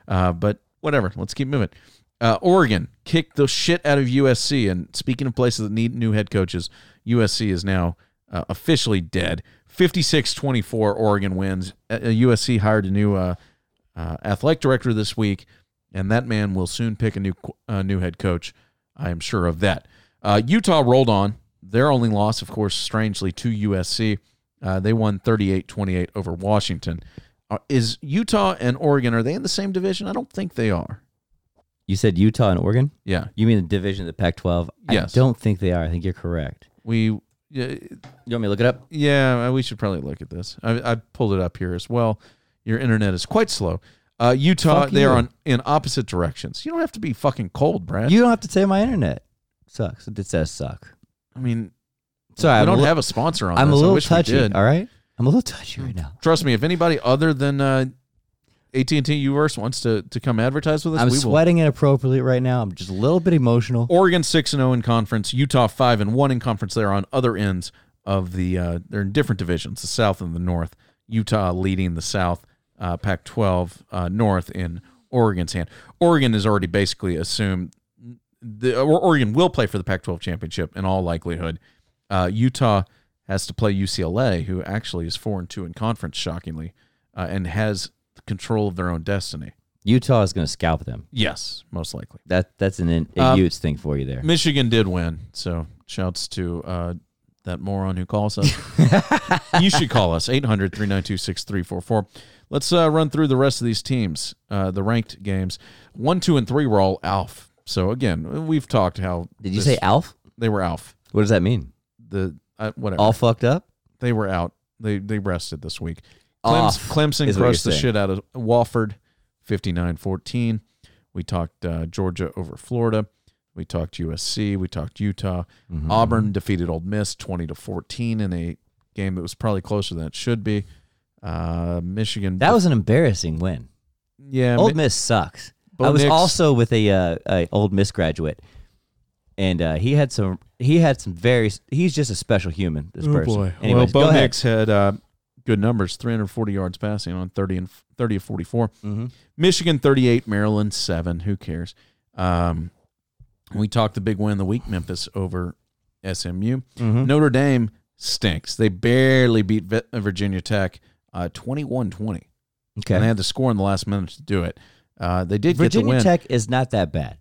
Uh, but whatever, let's keep moving. Uh, Oregon kicked the shit out of USC, and speaking of places that need new head coaches, USC is now uh, officially dead. 56-24 Oregon wins. Uh, uh, USC hired a new uh, uh, athletic director this week, and that man will soon pick a new qu- uh, new head coach. I am sure of that. Uh, Utah rolled on. Their only loss, of course, strangely to USC. Uh, they won 38-28 over Washington. Uh, is Utah and Oregon are they in the same division? I don't think they are. You said Utah and Oregon. Yeah, You mean the division of the Pac-12? Yes. I don't think they are. I think you're correct. we. Yeah, You want me to look it up? yeah, we should probably look at this. I, I pulled it up here as well. Your internet is quite slow. Uh, Utah, Fuck they are you. on, in opposite directions. You don't have to be fucking cold, Brad. You don't have to say my internet sucks. It does suck. I mean, Sorry, we I'm, don't a, li- have a sponsor on I'm a this. I little wish we touchy. did. All right, I'm a little touchy right now. Trust me, if anybody other than uh, AT&T Uverse wants to, to come advertise with us, I'm we will. sweating inappropriately right now. I'm just a little bit emotional. Oregon 6 and 0 in conference, Utah 5 and 1 in conference. They're on other ends of the uh, they're in different divisions, the South and the North. Utah leading the South, uh, Pac-12 uh, North in Oregon's hand. Oregon is already basically assumed the or Oregon will play for the Pac-12 championship in all likelihood. Uh, Utah has to play UCLA, who actually is four and two in conference, shockingly, uh, and has control of their own destiny. Utah is going to scalp them. Yes, most likely. That that's an in, a Um, Utes thing for you there. Michigan did win, so shouts to uh, that moron who calls us. you should call us 800 392 6344. Let's uh, run through the rest of these teams, uh, the ranked games. One, two, and three were all ALF. So again, we've talked how Did you this- say Alf? they were ALF? What does that mean? The uh, whatever All fucked up? they were out. They they rested this week. Off, Clemson, Clemson is what crushed the you're saying. shit out of Wofford, 59-14. We talked uh, Georgia over Florida. We talked USC. We talked Utah. Mm-hmm. Auburn defeated Old Miss twenty to fourteen in a game that was probably closer than it should be. Uh, Michigan. That was an embarrassing win. yeah. Mi- Oh, Old Miss sucks. Bo I was Nix- also with a, uh, a old Miss graduate, and uh, he had some. He had some very. He's just a special human. This person. Anyways, Oh, well, go Bo ahead. Nix had uh, good numbers: 340 yards passing on 30 and 30 of 44. Mhm. Mm-hmm. Michigan 38, Maryland 7. Who cares? Um, we talked the big win of the week, Memphis over SMU. Mhm. Notre Dame stinks. They barely beat Vi- Virginia Tech uh, 21-20, and they Okay. had to score in the last minute to do it. Uh, they did get the Virginia win. Tech is not that bad.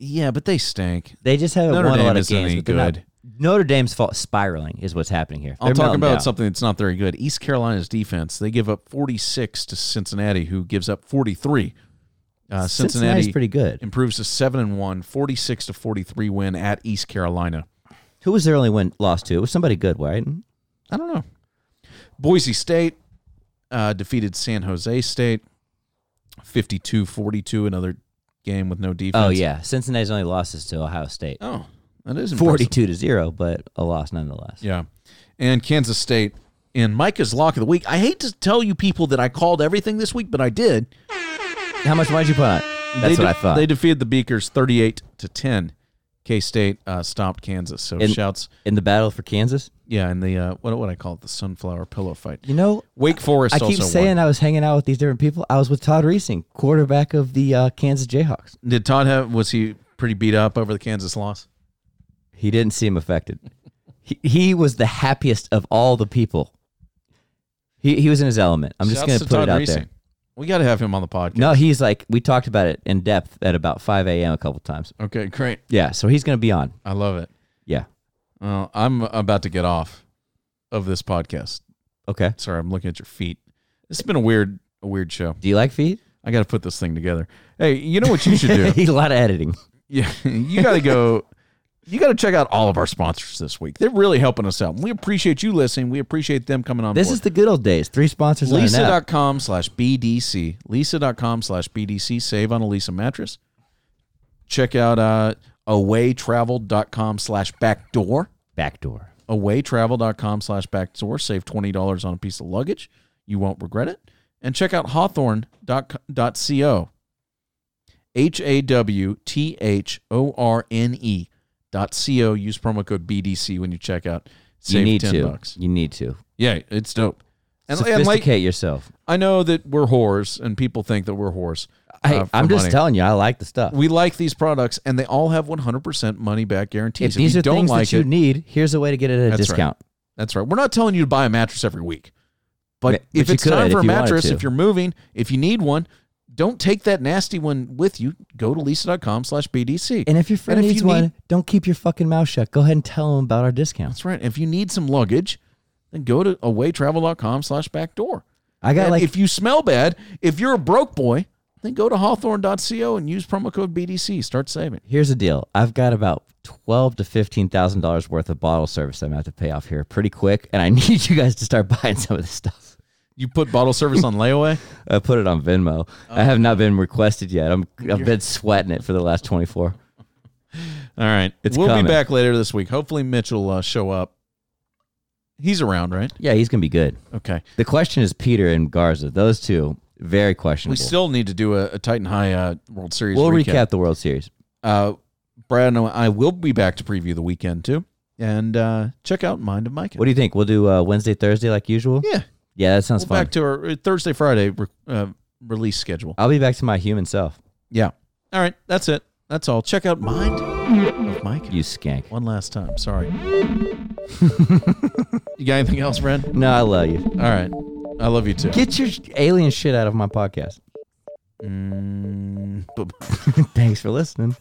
yeah, but they stink. They just haven't Notre won a lot Dame of isn't games. any but they're not- good. Notre Dame's fault spiraling is what's happening here. I'll They're talk melting about down. something that's not very good. East Carolina's defense. They give up 46 to Cincinnati, who gives up 43. Uh, Cincinnati's Cincinnati pretty good. improves to 7 and 1, 46 to 43 win at East Carolina. Who was their only win lost to? It was somebody good, right? I don't know. Boise State uh, defeated San Jose State 52 42, another game with no defense. Oh yeah, Cincinnati's only losses to Ohio State, Oh, that is impressive. forty-two to zero, but a loss nonetheless. Yeah. And Kansas State. And Micah's lock of the week. I hate to tell you people that I called everything this week, but I did. How much money did you put on? it? That's they what I de- thought. They defeated the Beakers 38 to 10. K State uh, stopped Kansas. So And- shouts, in the battle for Kansas. yeah, and the uh, what what I call it, the sunflower pillow fight. You know, Wake Forest. I keep also saying won. I was hanging out with these different people. I was with Todd Reesing, quarterback of the uh, Kansas Jayhawks. did Todd have was he pretty beat up over the Kansas loss? He didn't seem affected. he, he was the happiest of all the people. He he was in his element. I'm just Shouts going to to put Todd it out Reesing. there. We got to have him on the podcast. No, he's like we talked about it in depth at about 5 a.m. a couple times. Okay, great. Yeah, so he's going to be on. I love it. Yeah. Well, I'm about to get off of this podcast. Okay. Sorry, I'm looking at your feet. This has been a weird a weird show. Do you like feet? I got to put this thing together. Hey, you know what you should do? a lot of editing. Yeah, you got to go. You got to check out all of our sponsors this week. They're really helping us out. We appreciate you listening. We appreciate them coming on This is board. the good old days. Three sponsors on an app. Lisa.com slash BDC. Lisa.com slash BDC. Save on a Lisa mattress. Check out uh, awaytravel.com slash backdoor. Backdoor. Awaytravel.com slash backdoor. Save $20 on a piece of luggage. You won't regret it. And check out hawthorne.co. H A W T H O R N E dot C O. Use promo code BDC when you check out. Save you need 10 to. bucks. You need to. Yeah, it's dope. And, and Sophisticate like, yourself. I know that we're whores and people think that we're whores. I, uh, for I'm just money. telling you, I like the stuff. We like these products and they all have 100% money back guarantees. if these you are don't things like that you it, need, here's a way to get it at a That's right. discount. That's right. We're not telling you to buy a mattress every week. Ma- But but if you it's time could for if a you wanted mattress, to. if you're moving, if you need one, don't take that nasty one with you. Go to lisa.com slash BDC. And if your friend if needs you one, need- don't keep your fucking mouth shut. Go ahead and tell him about our discounts. That's right. If you need some luggage, then go to awaytravel.com slash backdoor. I got And like if you smell bad, if you're a broke boy, then go to hawthorne.co and use promo code BDC. Start saving. here's the deal. I've got about twelve to fifteen thousand dollars worth of bottle service I'm gonna have to pay off here pretty quick, and I need you guys to start buying some of this stuff. You put bottle service on layaway? I put it on Venmo. I have not been requested yet. I'm I've been sweating it for the last twenty four. All right. It's we'll coming. be back later this week. Hopefully Mitch will uh, show up. He's around, right? Yeah, he's gonna be good. Okay. The question is Peter and Garza. Those two very questionable. We still need to do a, a Titan High uh, World Series. we'll recap. recap the World Series. Uh, Brad and I will be back to preview the weekend too, and uh, check out Mind of Mike. What do you think? We'll do uh, Wednesday, Thursday like usual. yeah, Yeah, that sounds we're fun. back to our uh, Thursday Friday re- uh, release schedule. I'll be back to my human self. Yeah. All right, that's it. That's all. Check out Mind of Mike You skank. one last time. Sorry. you got anything else, Brad? No, I love you. All right. I love you too. Get your alien shit out of my podcast. Mm, bu- Thanks for listening.